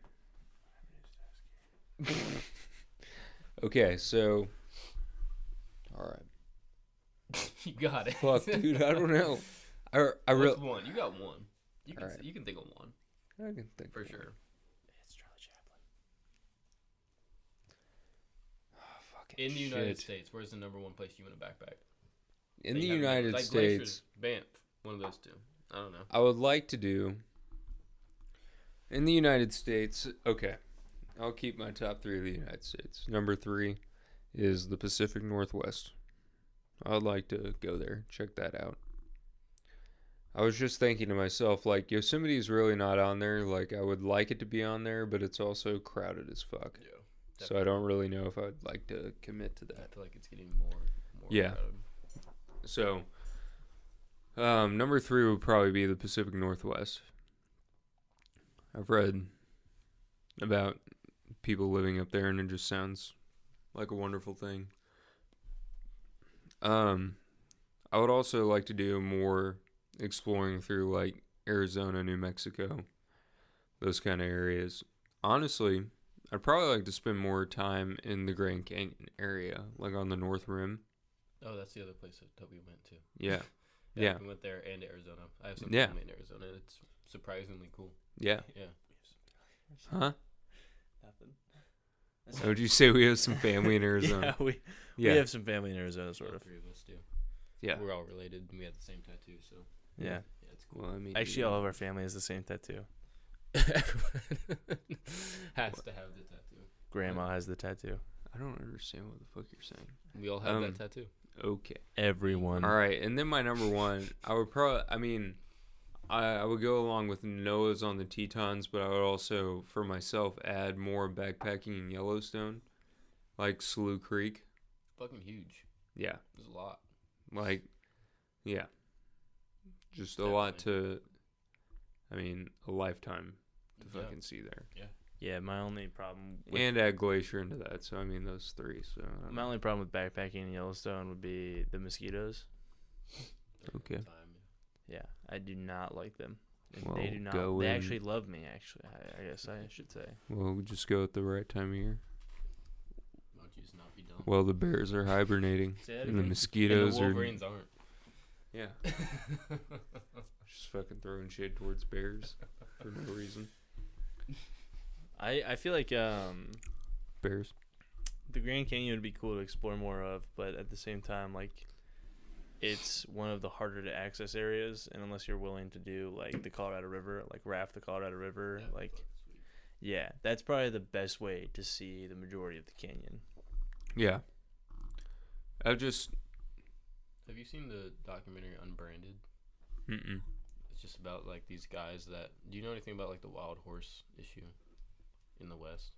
<laughs> okay, so. Alright. <laughs> you got it. <laughs> Fuck, dude, I don't know. I, I What's really. one? You got one. You can, Alright. you can think of one I can think. for of one. sure. Oh, fucking In the United shit. States, where's the number one place you want to backpack? In They the have it. United like States. Glaciers, Banff, one of those two. I don't know. I would like to do. In the United States. Okay. I'll keep my top three of the United States. Number three is the Pacific Northwest. I'd like to go there, check that out. I was just thinking to myself, like Yosemite is really not on there. Like I would like it to be on there, but it's also crowded as fuck. Yeah. So I don't really know if I'd like to commit to I that. feel like it's getting more. more Yeah. crowded. So um, number three would probably be the Pacific Northwest. I've read about people living up there, and it just sounds like a wonderful thing. Um, I would also like to do more exploring through like Arizona, New Mexico, those kind of areas. Honestly, I'd probably like to spend more time in the Grand Canyon area, like on the North Rim. Oh, that's the other place that- that we went to. Yeah. Yeah. We went there and Arizona. I have some Yeah. family in Arizona. and It's surprisingly cool. Yeah. Yeah. Huh? Nothing. Oh, Would you say we have some family <laughs> in Arizona? Yeah, we, yeah. we have some family in Arizona, All sort of. three of us do. Yeah. We're all related and we had the same tattoo, so Yeah. yeah, <laughs> it's cool. Well, I mean, Actually, all of our family has the same tattoo. Everyone has to have the tattoo. Grandma has the tattoo. I don't understand what the fuck you're saying. We all have Um, that tattoo. Okay. Everyone. All right, and then my number one, I would probably, I mean, I, I would go along with Noah's on the Tetons, but I would also, for myself, add more backpacking in Yellowstone, like Slough Creek. Fucking huge. Yeah, There's a lot. like, yeah, just a lot to, I mean, a lifetime to Yeah. fucking see there, Yeah, my only problem with and add Glacier into that. So I mean, those three. So I don't my know. only problem with backpacking in Yellowstone would be the mosquitoes. Okay. Time. Yeah, I do not like them. And Well, they do not. go They in- actually love me. Actually, I, I guess I should say. Well, we just go at the right time of year. Why don't you just not be dumb? Well, the bears are hibernating, Say that and the again. and mosquitoes the are Wolverines aren't. <laughs> Yeah. Just fucking throwing shade towards bears for no reason. I I feel like um Bears. the Grand Canyon would be cool to explore more of, but at the same time, like it's one of the harder to access areas, and unless you're willing to do like the Colorado River, like raft the Colorado River, like yeah, that's probably the best way to see the majority of the canyon. Yeah. I just. Have you seen the documentary Unbranded? Mm-mm. It's just about like these guys that. Do you know anything about like the wild horse issue in the West?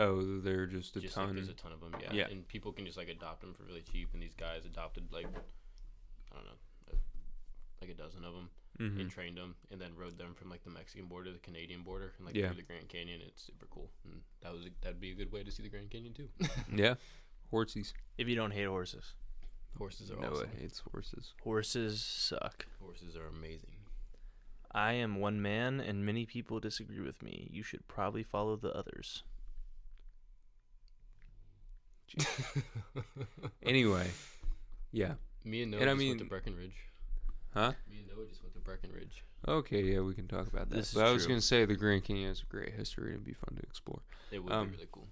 Oh, they're just a just like ton. there's a ton of them, yeah. Yeah. And people can just like adopt them for really cheap, and these guys adopted like I don't know, uh, like a dozen of them Mhm. and trained them, and then rode them from like the Mexican border to the Canadian border and like Yeah. through the Grand Canyon. It's super cool. And that was a- that'd be a good way to see the Grand <laughs> Canyon too. <laughs> Yeah. Horsies. If you don't hate horses, horses are Noah awesome. hates horses. horses suck. Horses are amazing. I am one man, and many people disagree with me. You should probably follow the others. Anyway. Yeah. Me and Noah And I just went to mean- Breckenridge. Huh? Me and Noah just went to Breckenridge. Okay, yeah, we can talk about that. This is but I was true. going to say the Grand Canyon has a great history and it'd be fun to explore. It would Um, be really cool.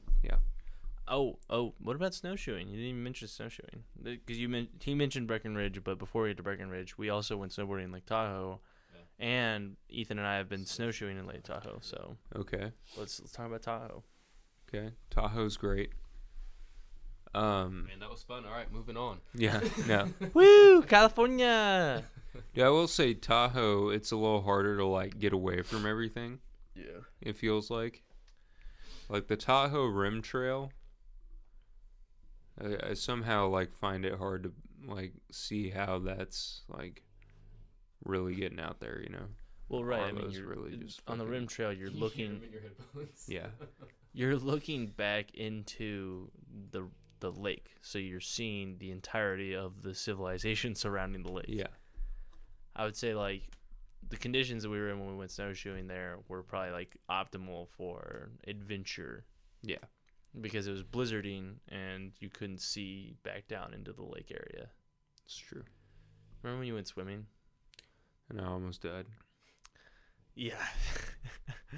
Oh, oh, what about snowshoeing? You didn't even mention snowshoeing because you men- he mentioned Breckenridge, but before we get to Breckenridge, we also went snowboarding in Lake Tahoe, and Ethan and I have been snowshoeing in Lake Tahoe. So Okay. let's let's talk about Tahoe. Okay. Tahoe's great. Um. Man, that was fun. All right, moving on. Yeah. <laughs> No. <laughs> Woo, California! Yeah, I will say Tahoe. It's a little harder to like get away from everything. Yeah. It feels like, like the Tahoe Rim Trail. I, I somehow like find it hard to like see how that's like really getting out there. You know? Well, right. I mean, Arlo's you're, really just on the fucking- rim trail. You're Can you hear looking. them in your headphones? Yeah. You're looking back into the the lake, so you're seeing the entirety of the civilization <laughs> surrounding the lake. Yeah. I would say like the conditions that we were in when we went snowshoeing there were probably like optimal for adventure Yeah. because it was blizzarding and you couldn't see back down into the lake area. It's true. Remember when you went swimming? And I almost died. Yeah.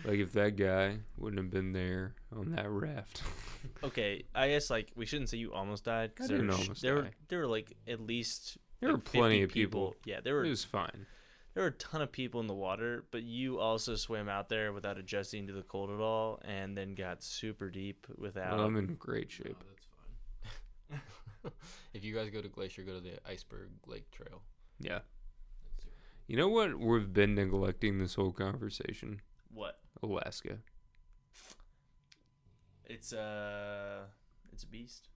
Like if that guy wouldn't have been there on that raft. <laughs> okay, I guess like we shouldn't say you almost died I there, didn't were sh- almost there were die. there were like at least There were like, 50 plenty of people. Yeah, there it were was fine. there were a ton of people in the water, but you also swam out there without adjusting to the cold at all, and then got super deep without. Well, I'm in great No, shape. Oh, that's <laughs> fine. if you guys go to Glacier, go to the Iceberg Lake Trail. Yeah. You know what? We've been neglecting this whole conversation. What? Alaska. It's uh it's a <laughs> beast.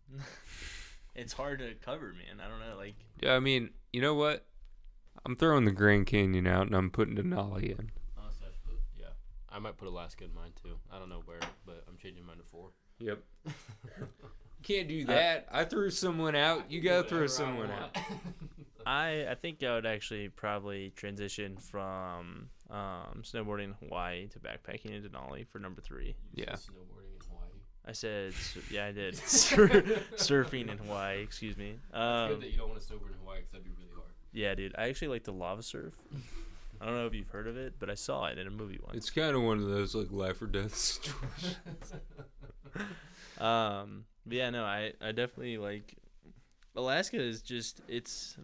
it's hard to cover, man. I don't know, like Yeah, I mean, you know what? I'm throwing the Grand Canyon out and I'm putting Denali in. Oh, Honestly, I should put, yeah. I might put Alaska in mine too. I don't know where, but I'm changing mine to four. Yep. <laughs> Can't do that. I, threw someone out. You gotta throw someone <laughs> out. I I think I would actually probably transition from um snowboarding in Hawaii to backpacking in Denali for number three. Yeah. Snowboarding in Hawaii. I said su- yeah I <laughs> did Sur- surfing in Hawaii. Excuse me. It's Um, good that you don't want to snowboard in Hawaii because that'd be really hard. yeah, dude. I actually like to lava surf. I don't know if you've heard of it, but I saw it in a movie once. It's kind of one of those like life or death <laughs> situations. Um, but yeah, no, I, I definitely like Alaska is just it's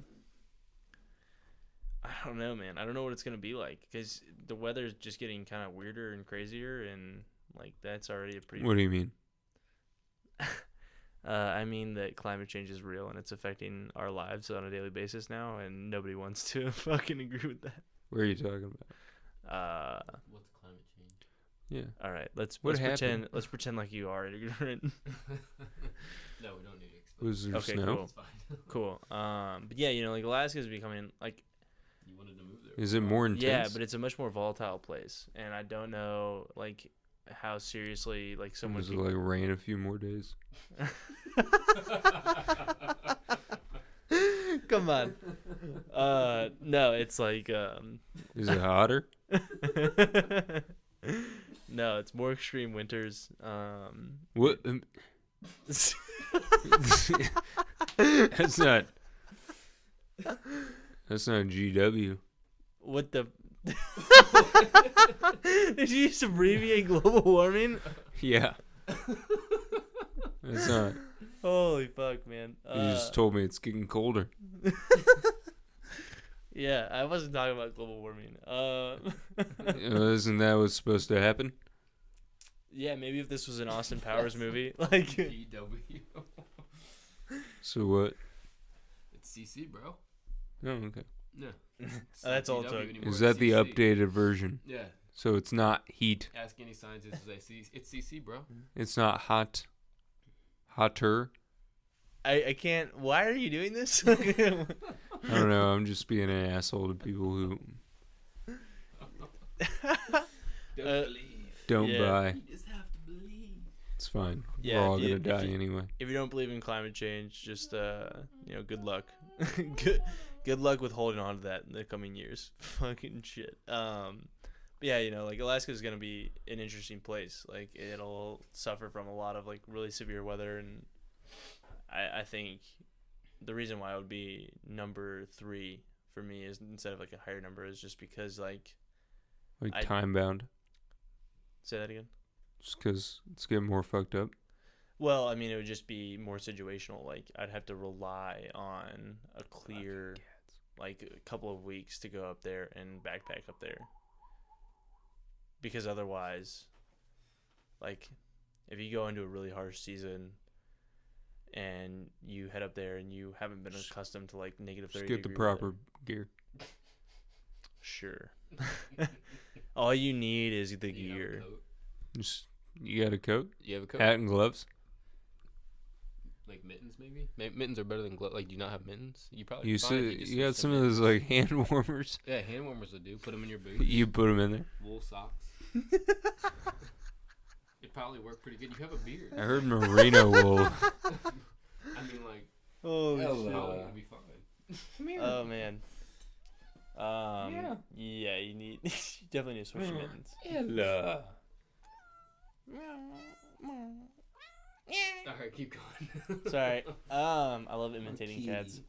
I don't know, man. I don't know what it's gonna be like because the weather's just getting kind of weirder and crazier, and like that's already a pretty. What do you mean? Uh, I mean that climate change is real and it's affecting our lives on a daily basis now, and nobody <laughs> wants to fucking agree with that. What are you talking about? Uh, What's climate change? <laughs> Yeah. all right, let's What let's happened? pretend let's pretend like you are ignorant. <laughs> No, we don't need to explain. Was there okay, snow? cool, It's fine. cool. Um, but yeah, you know, like Alaska is becoming like <laughs> you wanted to move there. Is it more intense? Yeah, but it's a much more volatile place, and I don't know like how seriously like someone. was it Can... like rain a few more days? <laughs> Come on. <laughs> Uh, no, it's like um. <laughs> Is it hotter? no, it's more extreme winters. Um, <laughs> What? um, that's not. That's not GW. what the. <laughs> Did you just abbreviate global warming? Yeah. That's not. Holy fuck, man! You Uh, just told me it's getting colder. yeah, I wasn't talking about global warming. Uh, Uh, Isn't that what's supposed to happen? <laughs> Yeah, maybe if this was an Austin Powers <laughs> movie, <laughs> like E GW. So what? <laughs> it's CC, bro. Oh, okay. No. It's Oh, not that's all it GW took. anymore, Is it's that the CC. updated version? Yeah. So it's not heat. Ask any scientist. They see it's CC, bro. <laughs> It's not hot. Hotter. I, I can't. Why are you doing this? <laughs> I don't know. I'm just being an asshole to people who Don't Uh, believe. don't Yeah. buy. You just have to believe. It's fine. Yeah, We're all if you- gonna if die you- anyway. if you don't believe in climate change, just uh, you know, good luck. <laughs> good good luck with holding on to that in the coming years. <laughs> Fucking shit. Um, but yeah, you know, like Alaska is gonna be an interesting place. Like it'll suffer from a lot of like really severe weather, and I I think the reason why it would be number three for me is instead of like a higher number is just because like Like I- time bound. say that again. Just 'cause it's getting more fucked up. Well, I mean, it would just be more situational. Like I'd have to rely on a clear, like a couple of weeks to go up there and backpack up there. Because otherwise, like, if you go into a really harsh season, and you head up there and you haven't been accustomed to like negative Just thirty, get the degree weather- proper gear. <laughs> Sure. <laughs> All you need is the gear. Just you got a coat, You have a coat? hat, and gloves. Like mittens, maybe? May- mittens are better than gloves. Like, do you not have mittens? You probably You fine if said just you have got some of those like <laughs> hand warmers. Yeah, hand warmers would do. Put them in your boots. You put them in there. Wool socks. <laughs> it probably worked pretty good. You have a beard. I heard <laughs> merino wool. I mean, like, Oh, probably would be fine. Oh man. Um, yeah. you need <laughs> you definitely need <laughs> to switch your mittens. Hello. All right, keep going. <laughs> Sorry. Um, I love imitating cats.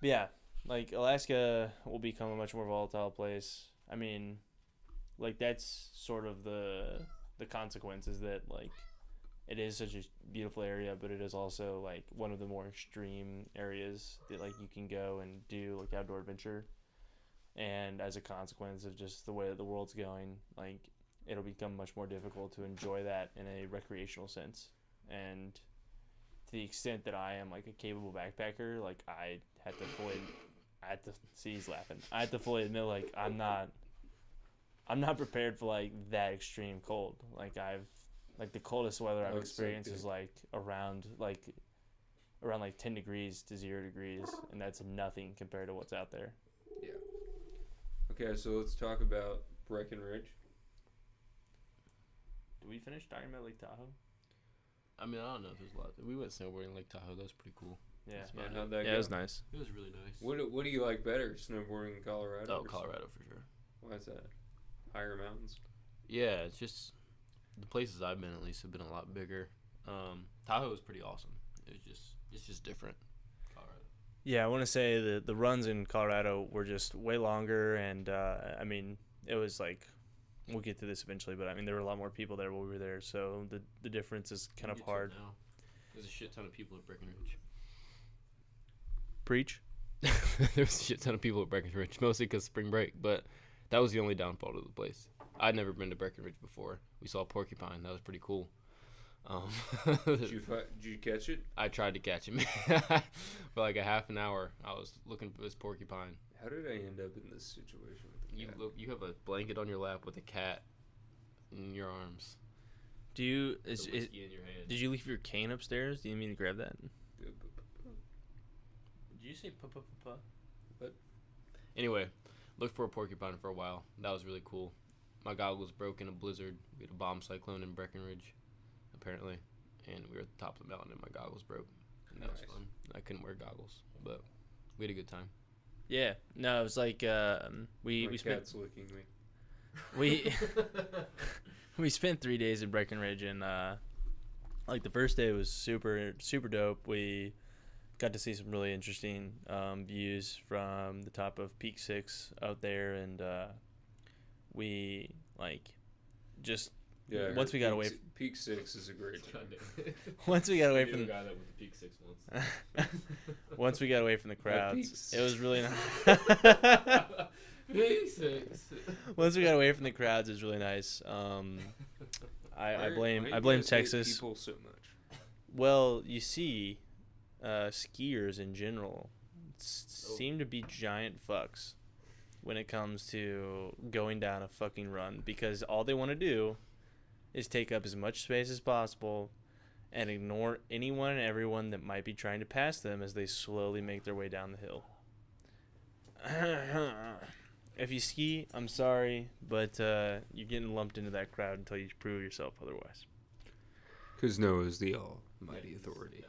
But yeah, like Alaska will become a much more volatile place. I mean, like that's sort of the the consequence is that like it is such a beautiful area, but it is also like one of the more extreme areas that like you can go and do like outdoor adventure. And as a consequence of just the way that the world's going, like it'll become much more difficult to enjoy that in a recreational sense. And to the extent that I am like a capable backpacker, like I had to fully I had to see he's laughing. I had to fully admit like I'm not I'm not prepared for like that extreme cold. Like I've like the coldest weather I've Oh, it's so experienced good. is like around like around like ten degrees to zero degrees and that's nothing compared to what's out there. Okay, so let's talk about Breckenridge. Did we finish talking about Lake Tahoe? <laughs> I mean, I don't know if there's a lot. We went snowboarding in Lake Tahoe. That was pretty cool. Yeah. Yeah. how'd that Yeah, go? it was nice. It was really nice. What do- What do you like better, snowboarding in Colorado? Oh, or s- Colorado for sure. Why is that? Higher mountains. Yeah, it's just the places I've been at least have been a lot bigger. Um, Tahoe is pretty awesome. It was just it's just different. Colorado. Yeah, I want to say the the runs in Colorado were just way longer, and uh, I mean, it was like we'll get to this eventually, but I mean, there were a lot more people there when we were there, so the the difference is kind of hard. There's a shit ton of people at Breckenridge. Preach. <laughs> there was a shit ton of people at Breckenridge, <laughs> mostly because spring break. But that was the only downfall to the place. I'd never been to Breckenridge before. We saw a porcupine. That was pretty cool. Um, Did you fi- Did you catch it? <laughs> I tried to catch him <laughs> for like a half an hour. I was looking for this porcupine. How did I end up in this situation with the You cat? look. You have a blanket on your lap with a cat in your arms. Do you is, the is whiskey in your hand. did you leave your cane upstairs? Do you mean to grab that? Did you say pa pa pa pa? Anyway, looked for a porcupine for a while. That was really cool. My goggles broke in a blizzard. We had a bomb cyclone in Breckenridge, apparently, and we were at the top of the mountain and my goggles broke. And that was Nice. fun. I couldn't wear goggles, but we had a good time. Yeah, no, it was like um, we My we spent cat's licking me. <laughs> we we spent three days in Breckenridge, and uh, like the first day was super super dope. We got to see some really interesting um, views from the top of Peak Six out there, and uh, we like just <laughs> Yeah. I Once heard we got Peak away Si- Peak Six is a great. time. <laughs> once we got away from guy that went to Peak Six <laughs> once. <laughs> the once we got away from the peaks. crowds, it was really nice. Peak Six. once we got away from the crowds, it was really nice. Um, I, Why- I why blame do I you blame guys hate Texas. People so much. Well, you see, uh, skiers in general s- Oh. seem to be giant fucks when it comes to going down a fucking run because all they want to do is take up as much space as possible and ignore anyone and everyone that might be trying to pass them as they slowly make their way down the hill. <clears throat> if you ski, I'm sorry, but uh, you're getting lumped into that crowd until you prove yourself otherwise. Because Noah's the almighty Uh, authority.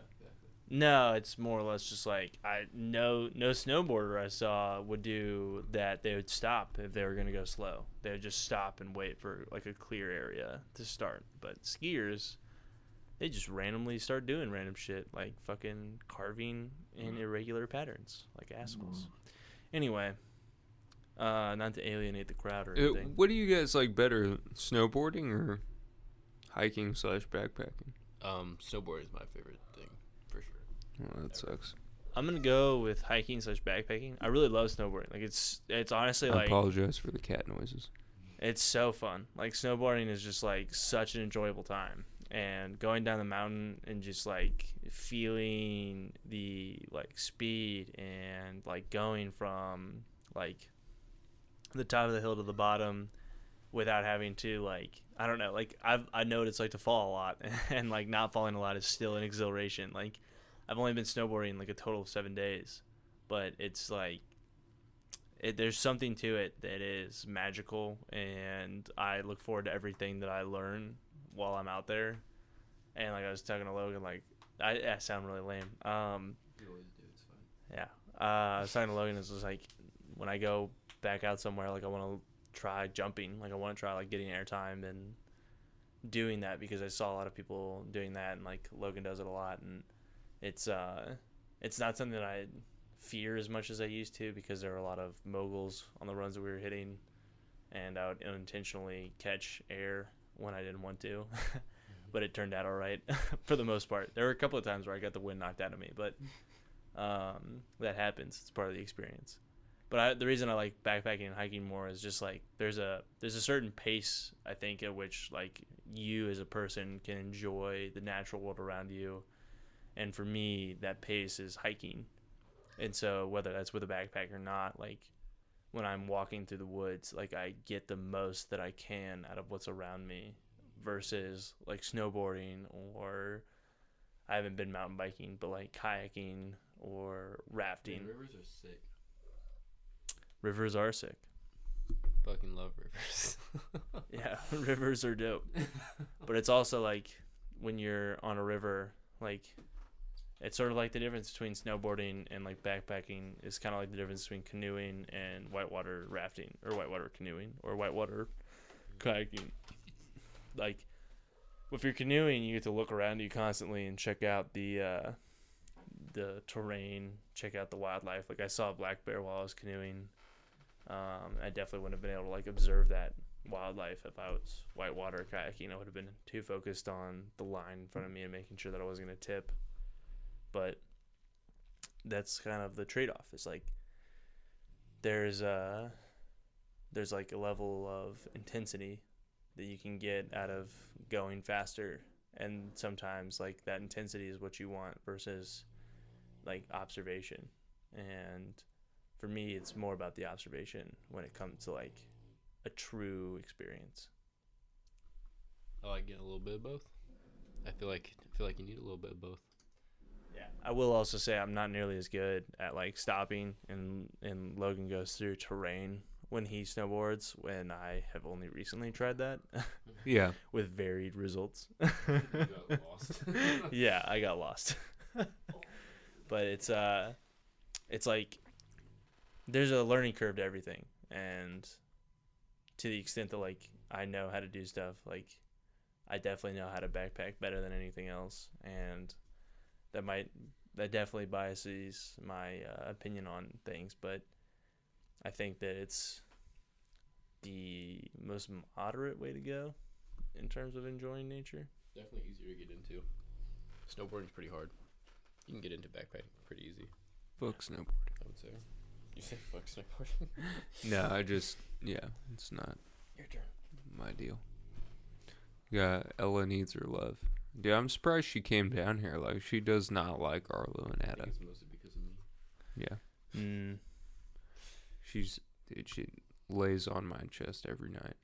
No, it's more or less just like I no no snowboarder I saw would do that. They would stop if they were gonna go slow. They would just stop and wait for like a clear area to start. But skiers, they just randomly start doing random shit like fucking carving in irregular patterns like assholes. Anyway, uh, not to alienate the crowd or Uh, anything. what do you guys like better, snowboarding or hiking slash backpacking? Um, snowboard is my favorite thing for sure. Well, that sucks. I'm gonna go with hiking slash backpacking. I really love snowboarding. Like it's it's honestly I like apologize for the cat noises. It's so fun. Like snowboarding is just like such an enjoyable time. And going down the mountain and just like feeling the like speed and like going from like the top of the hill to the bottom without having to like I don't know, like I've I know what it's like to fall a lot <laughs> and like not falling a lot is still an exhilaration. Like I've only been snowboarding like a total of seven days. But it's like it, there's something to it that is magical and i look forward to everything that i learn while i'm out there and like i was talking to logan like i, I sound really lame um You always do. It's fine. yeah uh, i was talking to logan it's just like when i go back out somewhere like i want to try jumping like i want to try like getting airtime and doing that because i saw a lot of people doing that and like logan does it a lot and it's uh it's not something that i fear as much as I used to because there were a lot of moguls on the runs that we were hitting, and I would unintentionally catch air when I didn't want to. <laughs> but it turned out all right <laughs> for the most part. There were a couple of times where I got the wind knocked out of me, but um, that happens. It's part of the experience. But I, the reason I like backpacking and hiking more is just like there's a there's a certain pace I think at which like you as a person can enjoy the natural world around you, and for me that pace is hiking And so whether that's with a backpack or not, like when I'm walking through the woods, like I get the most that I can out of what's around me versus like snowboarding or I haven't been mountain biking, but like kayaking or rafting. Dude, rivers are sick. Rivers are sick. Fucking love rivers. Yeah, <laughs> rivers are dope. But it's also like when you're on a river, like it's sort of like the difference between snowboarding and like backpacking is kind of like the difference between canoeing and whitewater rafting or whitewater canoeing or whitewater kayaking. Like if you're canoeing, you get to look around you constantly and check out the uh, the terrain, check out the wildlife. Like I saw a black bear while I was canoeing. Um, I definitely wouldn't have been able to like observe that wildlife if I was whitewater kayaking. I would have been too focused on the line in front of me and making sure that I wasn't going to tip. But that's kind of the trade off. It's like there's a there's like a level of intensity that you can get out of going faster and sometimes like that intensity is what you want versus like observation and for me it's more about the observation when it comes to like a true experience I like getting a little bit of both. I feel like I feel like you need a little bit of both. yeah i will also say i'm not nearly as good at like stopping and and logan goes through terrain when he snowboards when i have only recently tried that <laughs> Yeah. with varied results <laughs> You got lost. yeah, I got lost. <laughs> but it's uh it's like there's a learning curve to everything and to the extent that like I know how to do stuff, like I definitely know how to backpack better than anything else and that might that definitely biases my uh, opinion on things, but I think that it's the most moderate way to go in terms of enjoying nature. Definitely easier to get into. Snowboarding's pretty hard. You can get into backpacking pretty easy, Fuck snowboard. I would say. You say fuck snowboarding. No, I just yeah, it's not Your turn. my deal. Yeah, Ella needs her love. Dude, I'm surprised she came down here. Like she does not like Arlo and I think Ada. it's mostly because of me. Yeah. Mm. She's dude, she lays on my chest every night.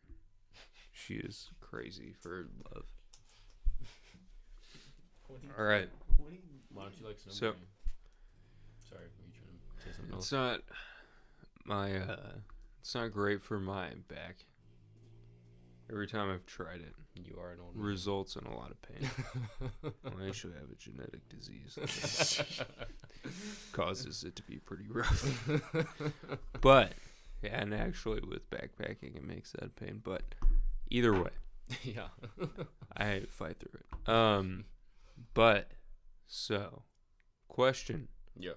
She is crazy for love. All right. Why don't you like snowboarding? So- Sorry, were you trying to say something else? It's not my uh it's not great for my back. Every time I've tried it, You are an old man. results in a lot of pain. I actually have a genetic disease <laughs> causes it to be pretty rough. but yeah, and actually with backpacking it makes that pain. But either way, <laughs> yeah. <laughs> I fight through it. Um but so question Yeah.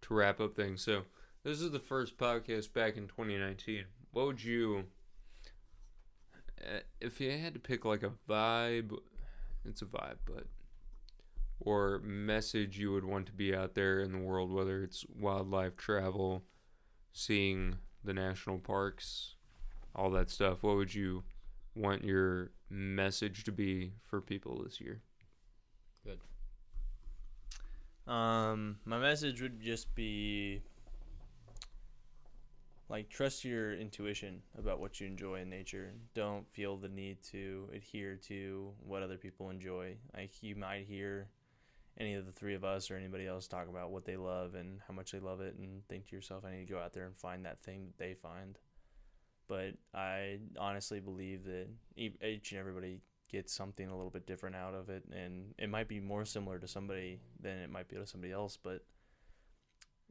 to wrap up things. So this is the first podcast back in 2019. What would you, eh, if you had to pick like a vibe, it's a vibe, but or message you would want to be out there in the world, whether it's wildlife travel, seeing the national parks, all that stuff. What would you want your message to be for people this year? Um, my message would just be like trust your intuition about what you enjoy in nature. Don't feel the need to adhere to what other people enjoy. Like you might hear any of the three of us or anybody else talk about what they love and how much they love it and think to yourself, I need to go out there and find that thing that they find. But I honestly believe that e- each and everybody get something a little bit different out of it and it might be more similar to somebody than it might be to somebody else but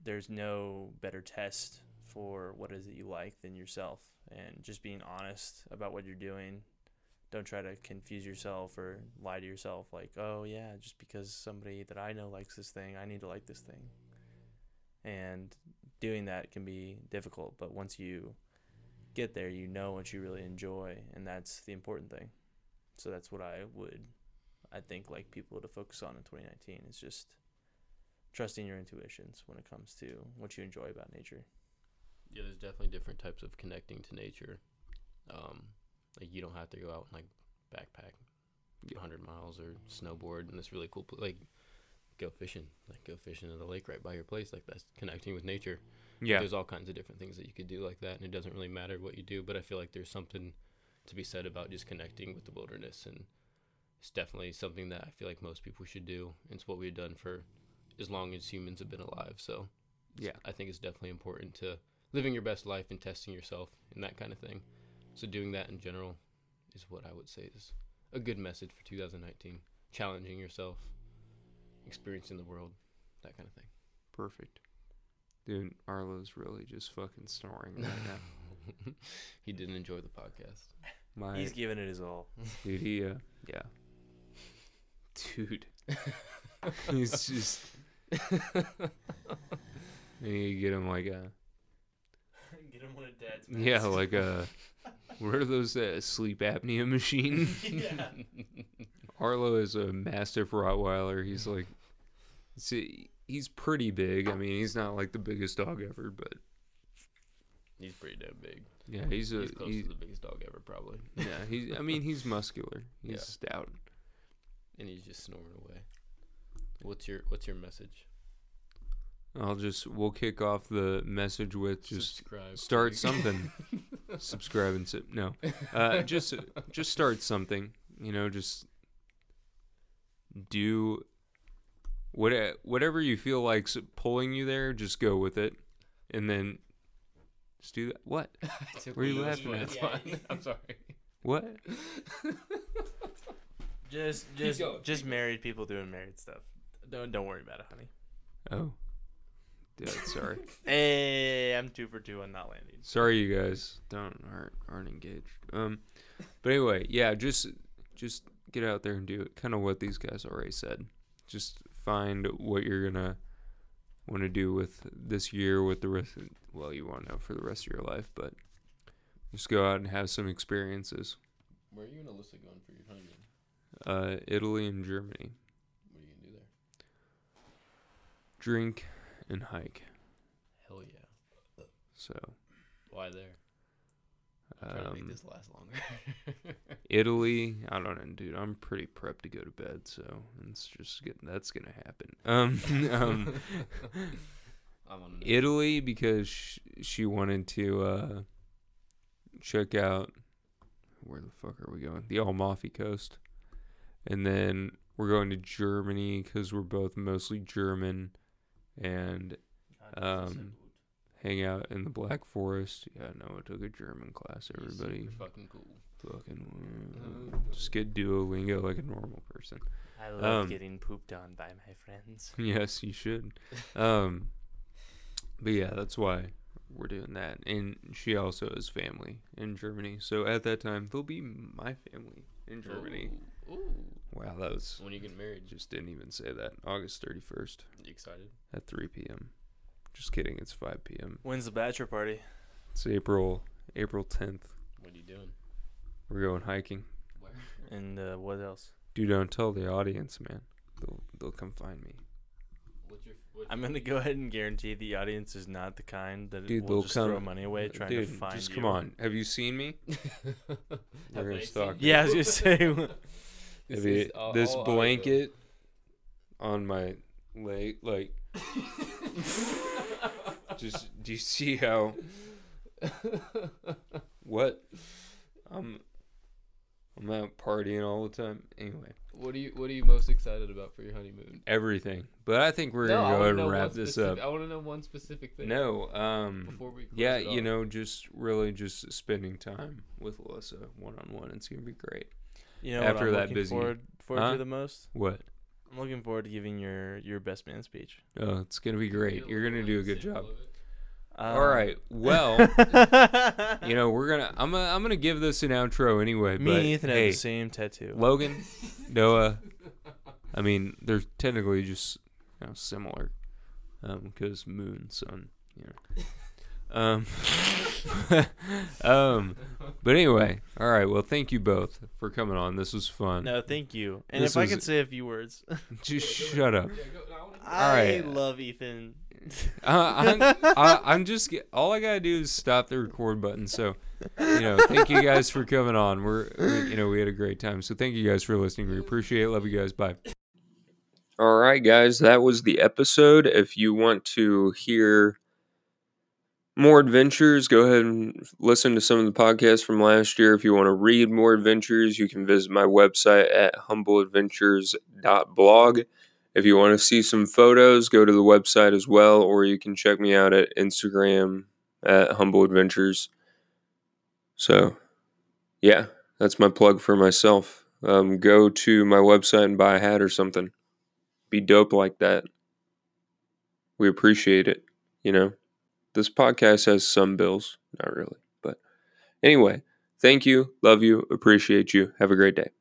there's no better test for what is it you like than yourself and just being honest about what you're doing don't try to confuse yourself or lie to yourself like oh yeah just because somebody that i know likes this thing i need to like this thing and doing that can be difficult but once you get there you know what you really enjoy and that's the important thing so that's what I would, I think, like people to focus on in 2019 is just trusting your intuitions when it comes to what you enjoy about nature. Yeah, there's definitely different types of connecting to nature. Um, like you don't have to go out and like backpack Yeah. 100 miles or snowboard in this really cool pl- like go fishing, like go fishing at a lake right by your place, like that's connecting with nature. Yeah. There's all kinds of different things that you could do like that, and it doesn't really matter what you do. But I feel like there's something to be said about just connecting with the wilderness, and it's definitely something that I feel like most people should do. It's what we've done for as long as humans have been alive. So Yeah. I think it's definitely important to living your best life and testing yourself and that kind of thing. So doing that in general is what I would say is a good message for 2019. Challenging yourself, experiencing the world, that kind of thing. Perfect. Dude, Arlo's really just fucking snoring <laughs> right <laughs> now. he didn't enjoy the podcast. My He's giving it his all. dude, he, uh, yeah. <laughs> Dude, he's just. I need to get him like a <laughs> Get him one of Dad's. <laughs> yeah, like a what are those uh, sleep apnea machine? <laughs> <laughs> Arlo is a mastiff Rottweiler. He's like, see, he's pretty big. I mean, he's not like the biggest dog ever, but He's pretty damn big. yeah, he's a He's close he, to the biggest dog ever, probably. yeah. He's I mean, he's muscular. He's Yeah. stout. And he's just snoring away. What's your What's your message? I'll just we'll kick off the message with just Subscribe. <laughs> start Like- something. Subscribe and sip. No, uh, just just start something. You know, just do what whatever you feel like's pulling you there. Just go with it, and then just do that. What? Were you laughing at? That's fine. <laughs> I'm sorry. What? Just, just, going, just married people doing married stuff. Don't, don't worry about it, honey. Oh, Dude, sorry, Hey, I'm two for two on not landing. sorry, you guys don't aren't, aren't engaged. Um, but anyway, yeah, just just get out there and do it. Kind of what these guys already said. Just find what you're gonna want to do with this year, with the rest. well, you won't know for the rest of your life, but just go out and have some experiences. Where are you and Alyssa going for your honeymoon? Uh, Italy and Germany. What are you gonna do there? Drink and hike. Hell yeah! So Why there? Try to make um, this last longer. Italy. I don't know, dude. I'm pretty prepped to go to bed, so it's just good. that's gonna happen. Um, <laughs> um, <laughs> I'm on it. Italy because sh- she wanted to uh, check out where the fuck are we going? The Amalfi Coast, and then we're going to Germany because we're both mostly German, and um, hang out in the Black Forest. Yeah, no, I took a German class. Everybody fucking cool. fucking just get Duolingo like a normal person. I love um, getting pooped on by my friends. <laughs> Yes, you should. Um, but yeah, that's why we're doing that. And she also has family in Germany, so at that time they'll be my family in Germany. Ooh, ooh. Wow, that was When you get married, you just didn't even say that. August thirty first excited? at three p.m. Just kidding, it's five p.m. When's the bachelor party? It's April April tenth. What are you doing? We're going hiking. Where? And uh, what else? Dude, don't tell the audience, man. They'll they'll come find me. What's your? What, <laughs> I'm gonna go ahead and guarantee the audience is not the kind that Dude, will they'll just throw come- money away trying Dude, to find just you. come on. Have you seen me? We're gonna they stalk. seen you. Yeah, I was gonna <laughs> say. This If it- is all- this all audio. blanket on my leg, like, just <laughs> do you see how? what? I'm I'm out partying all the time. Anyway, What are you? What are you most excited about for your honeymoon? everything. But I think we're No, gonna go I wanna ahead know and one wrap this specific- up. I want to know one specific thing. No, um, Before we close yeah, it you off. know, just really just spending time with Alyssa one on one. It's gonna be great. You know After what I'm that looking busy- forward, forward Huh? to the most? What? I'm looking forward to giving your your best man speech. Oh, it's gonna be great. You're gonna do a good job. Um, All <laughs> <laughs> right. Well. you know we're gonna i'm gonna i'm gonna give this an outro anyway Me but and Ethan hey have the same tattoo. logan noah i mean they're technically just you know similar um because moon sun you know um <laughs> um but anyway all right well thank you both for coming on this was fun no, thank you. And This if I was- could say a few <laughs> words, <laughs> just shut up I right. love Ethan. uh, I'm, I, <laughs> I'm just ge- all I gotta do is stop the record button. So, you know, thank you guys for coming on. We're, we, you know, we had a great time. So, thank you guys for listening. We appreciate it. Love you guys. Bye. All right, guys, that was the episode. If you want to hear more adventures, go ahead and listen to some of the podcasts from last year. If you want to read more adventures, you can visit my website at humbleadventures.blog. If you want to see some photos, go to the website as well, or you can check me out at Instagram at Humble Adventures. So, yeah, that's my plug for myself. Um, go to my website and buy a hat or something. Be dope like that. We appreciate it, you know? This podcast has some bills, not really. But anyway, thank you, love you, appreciate you. Have a great day.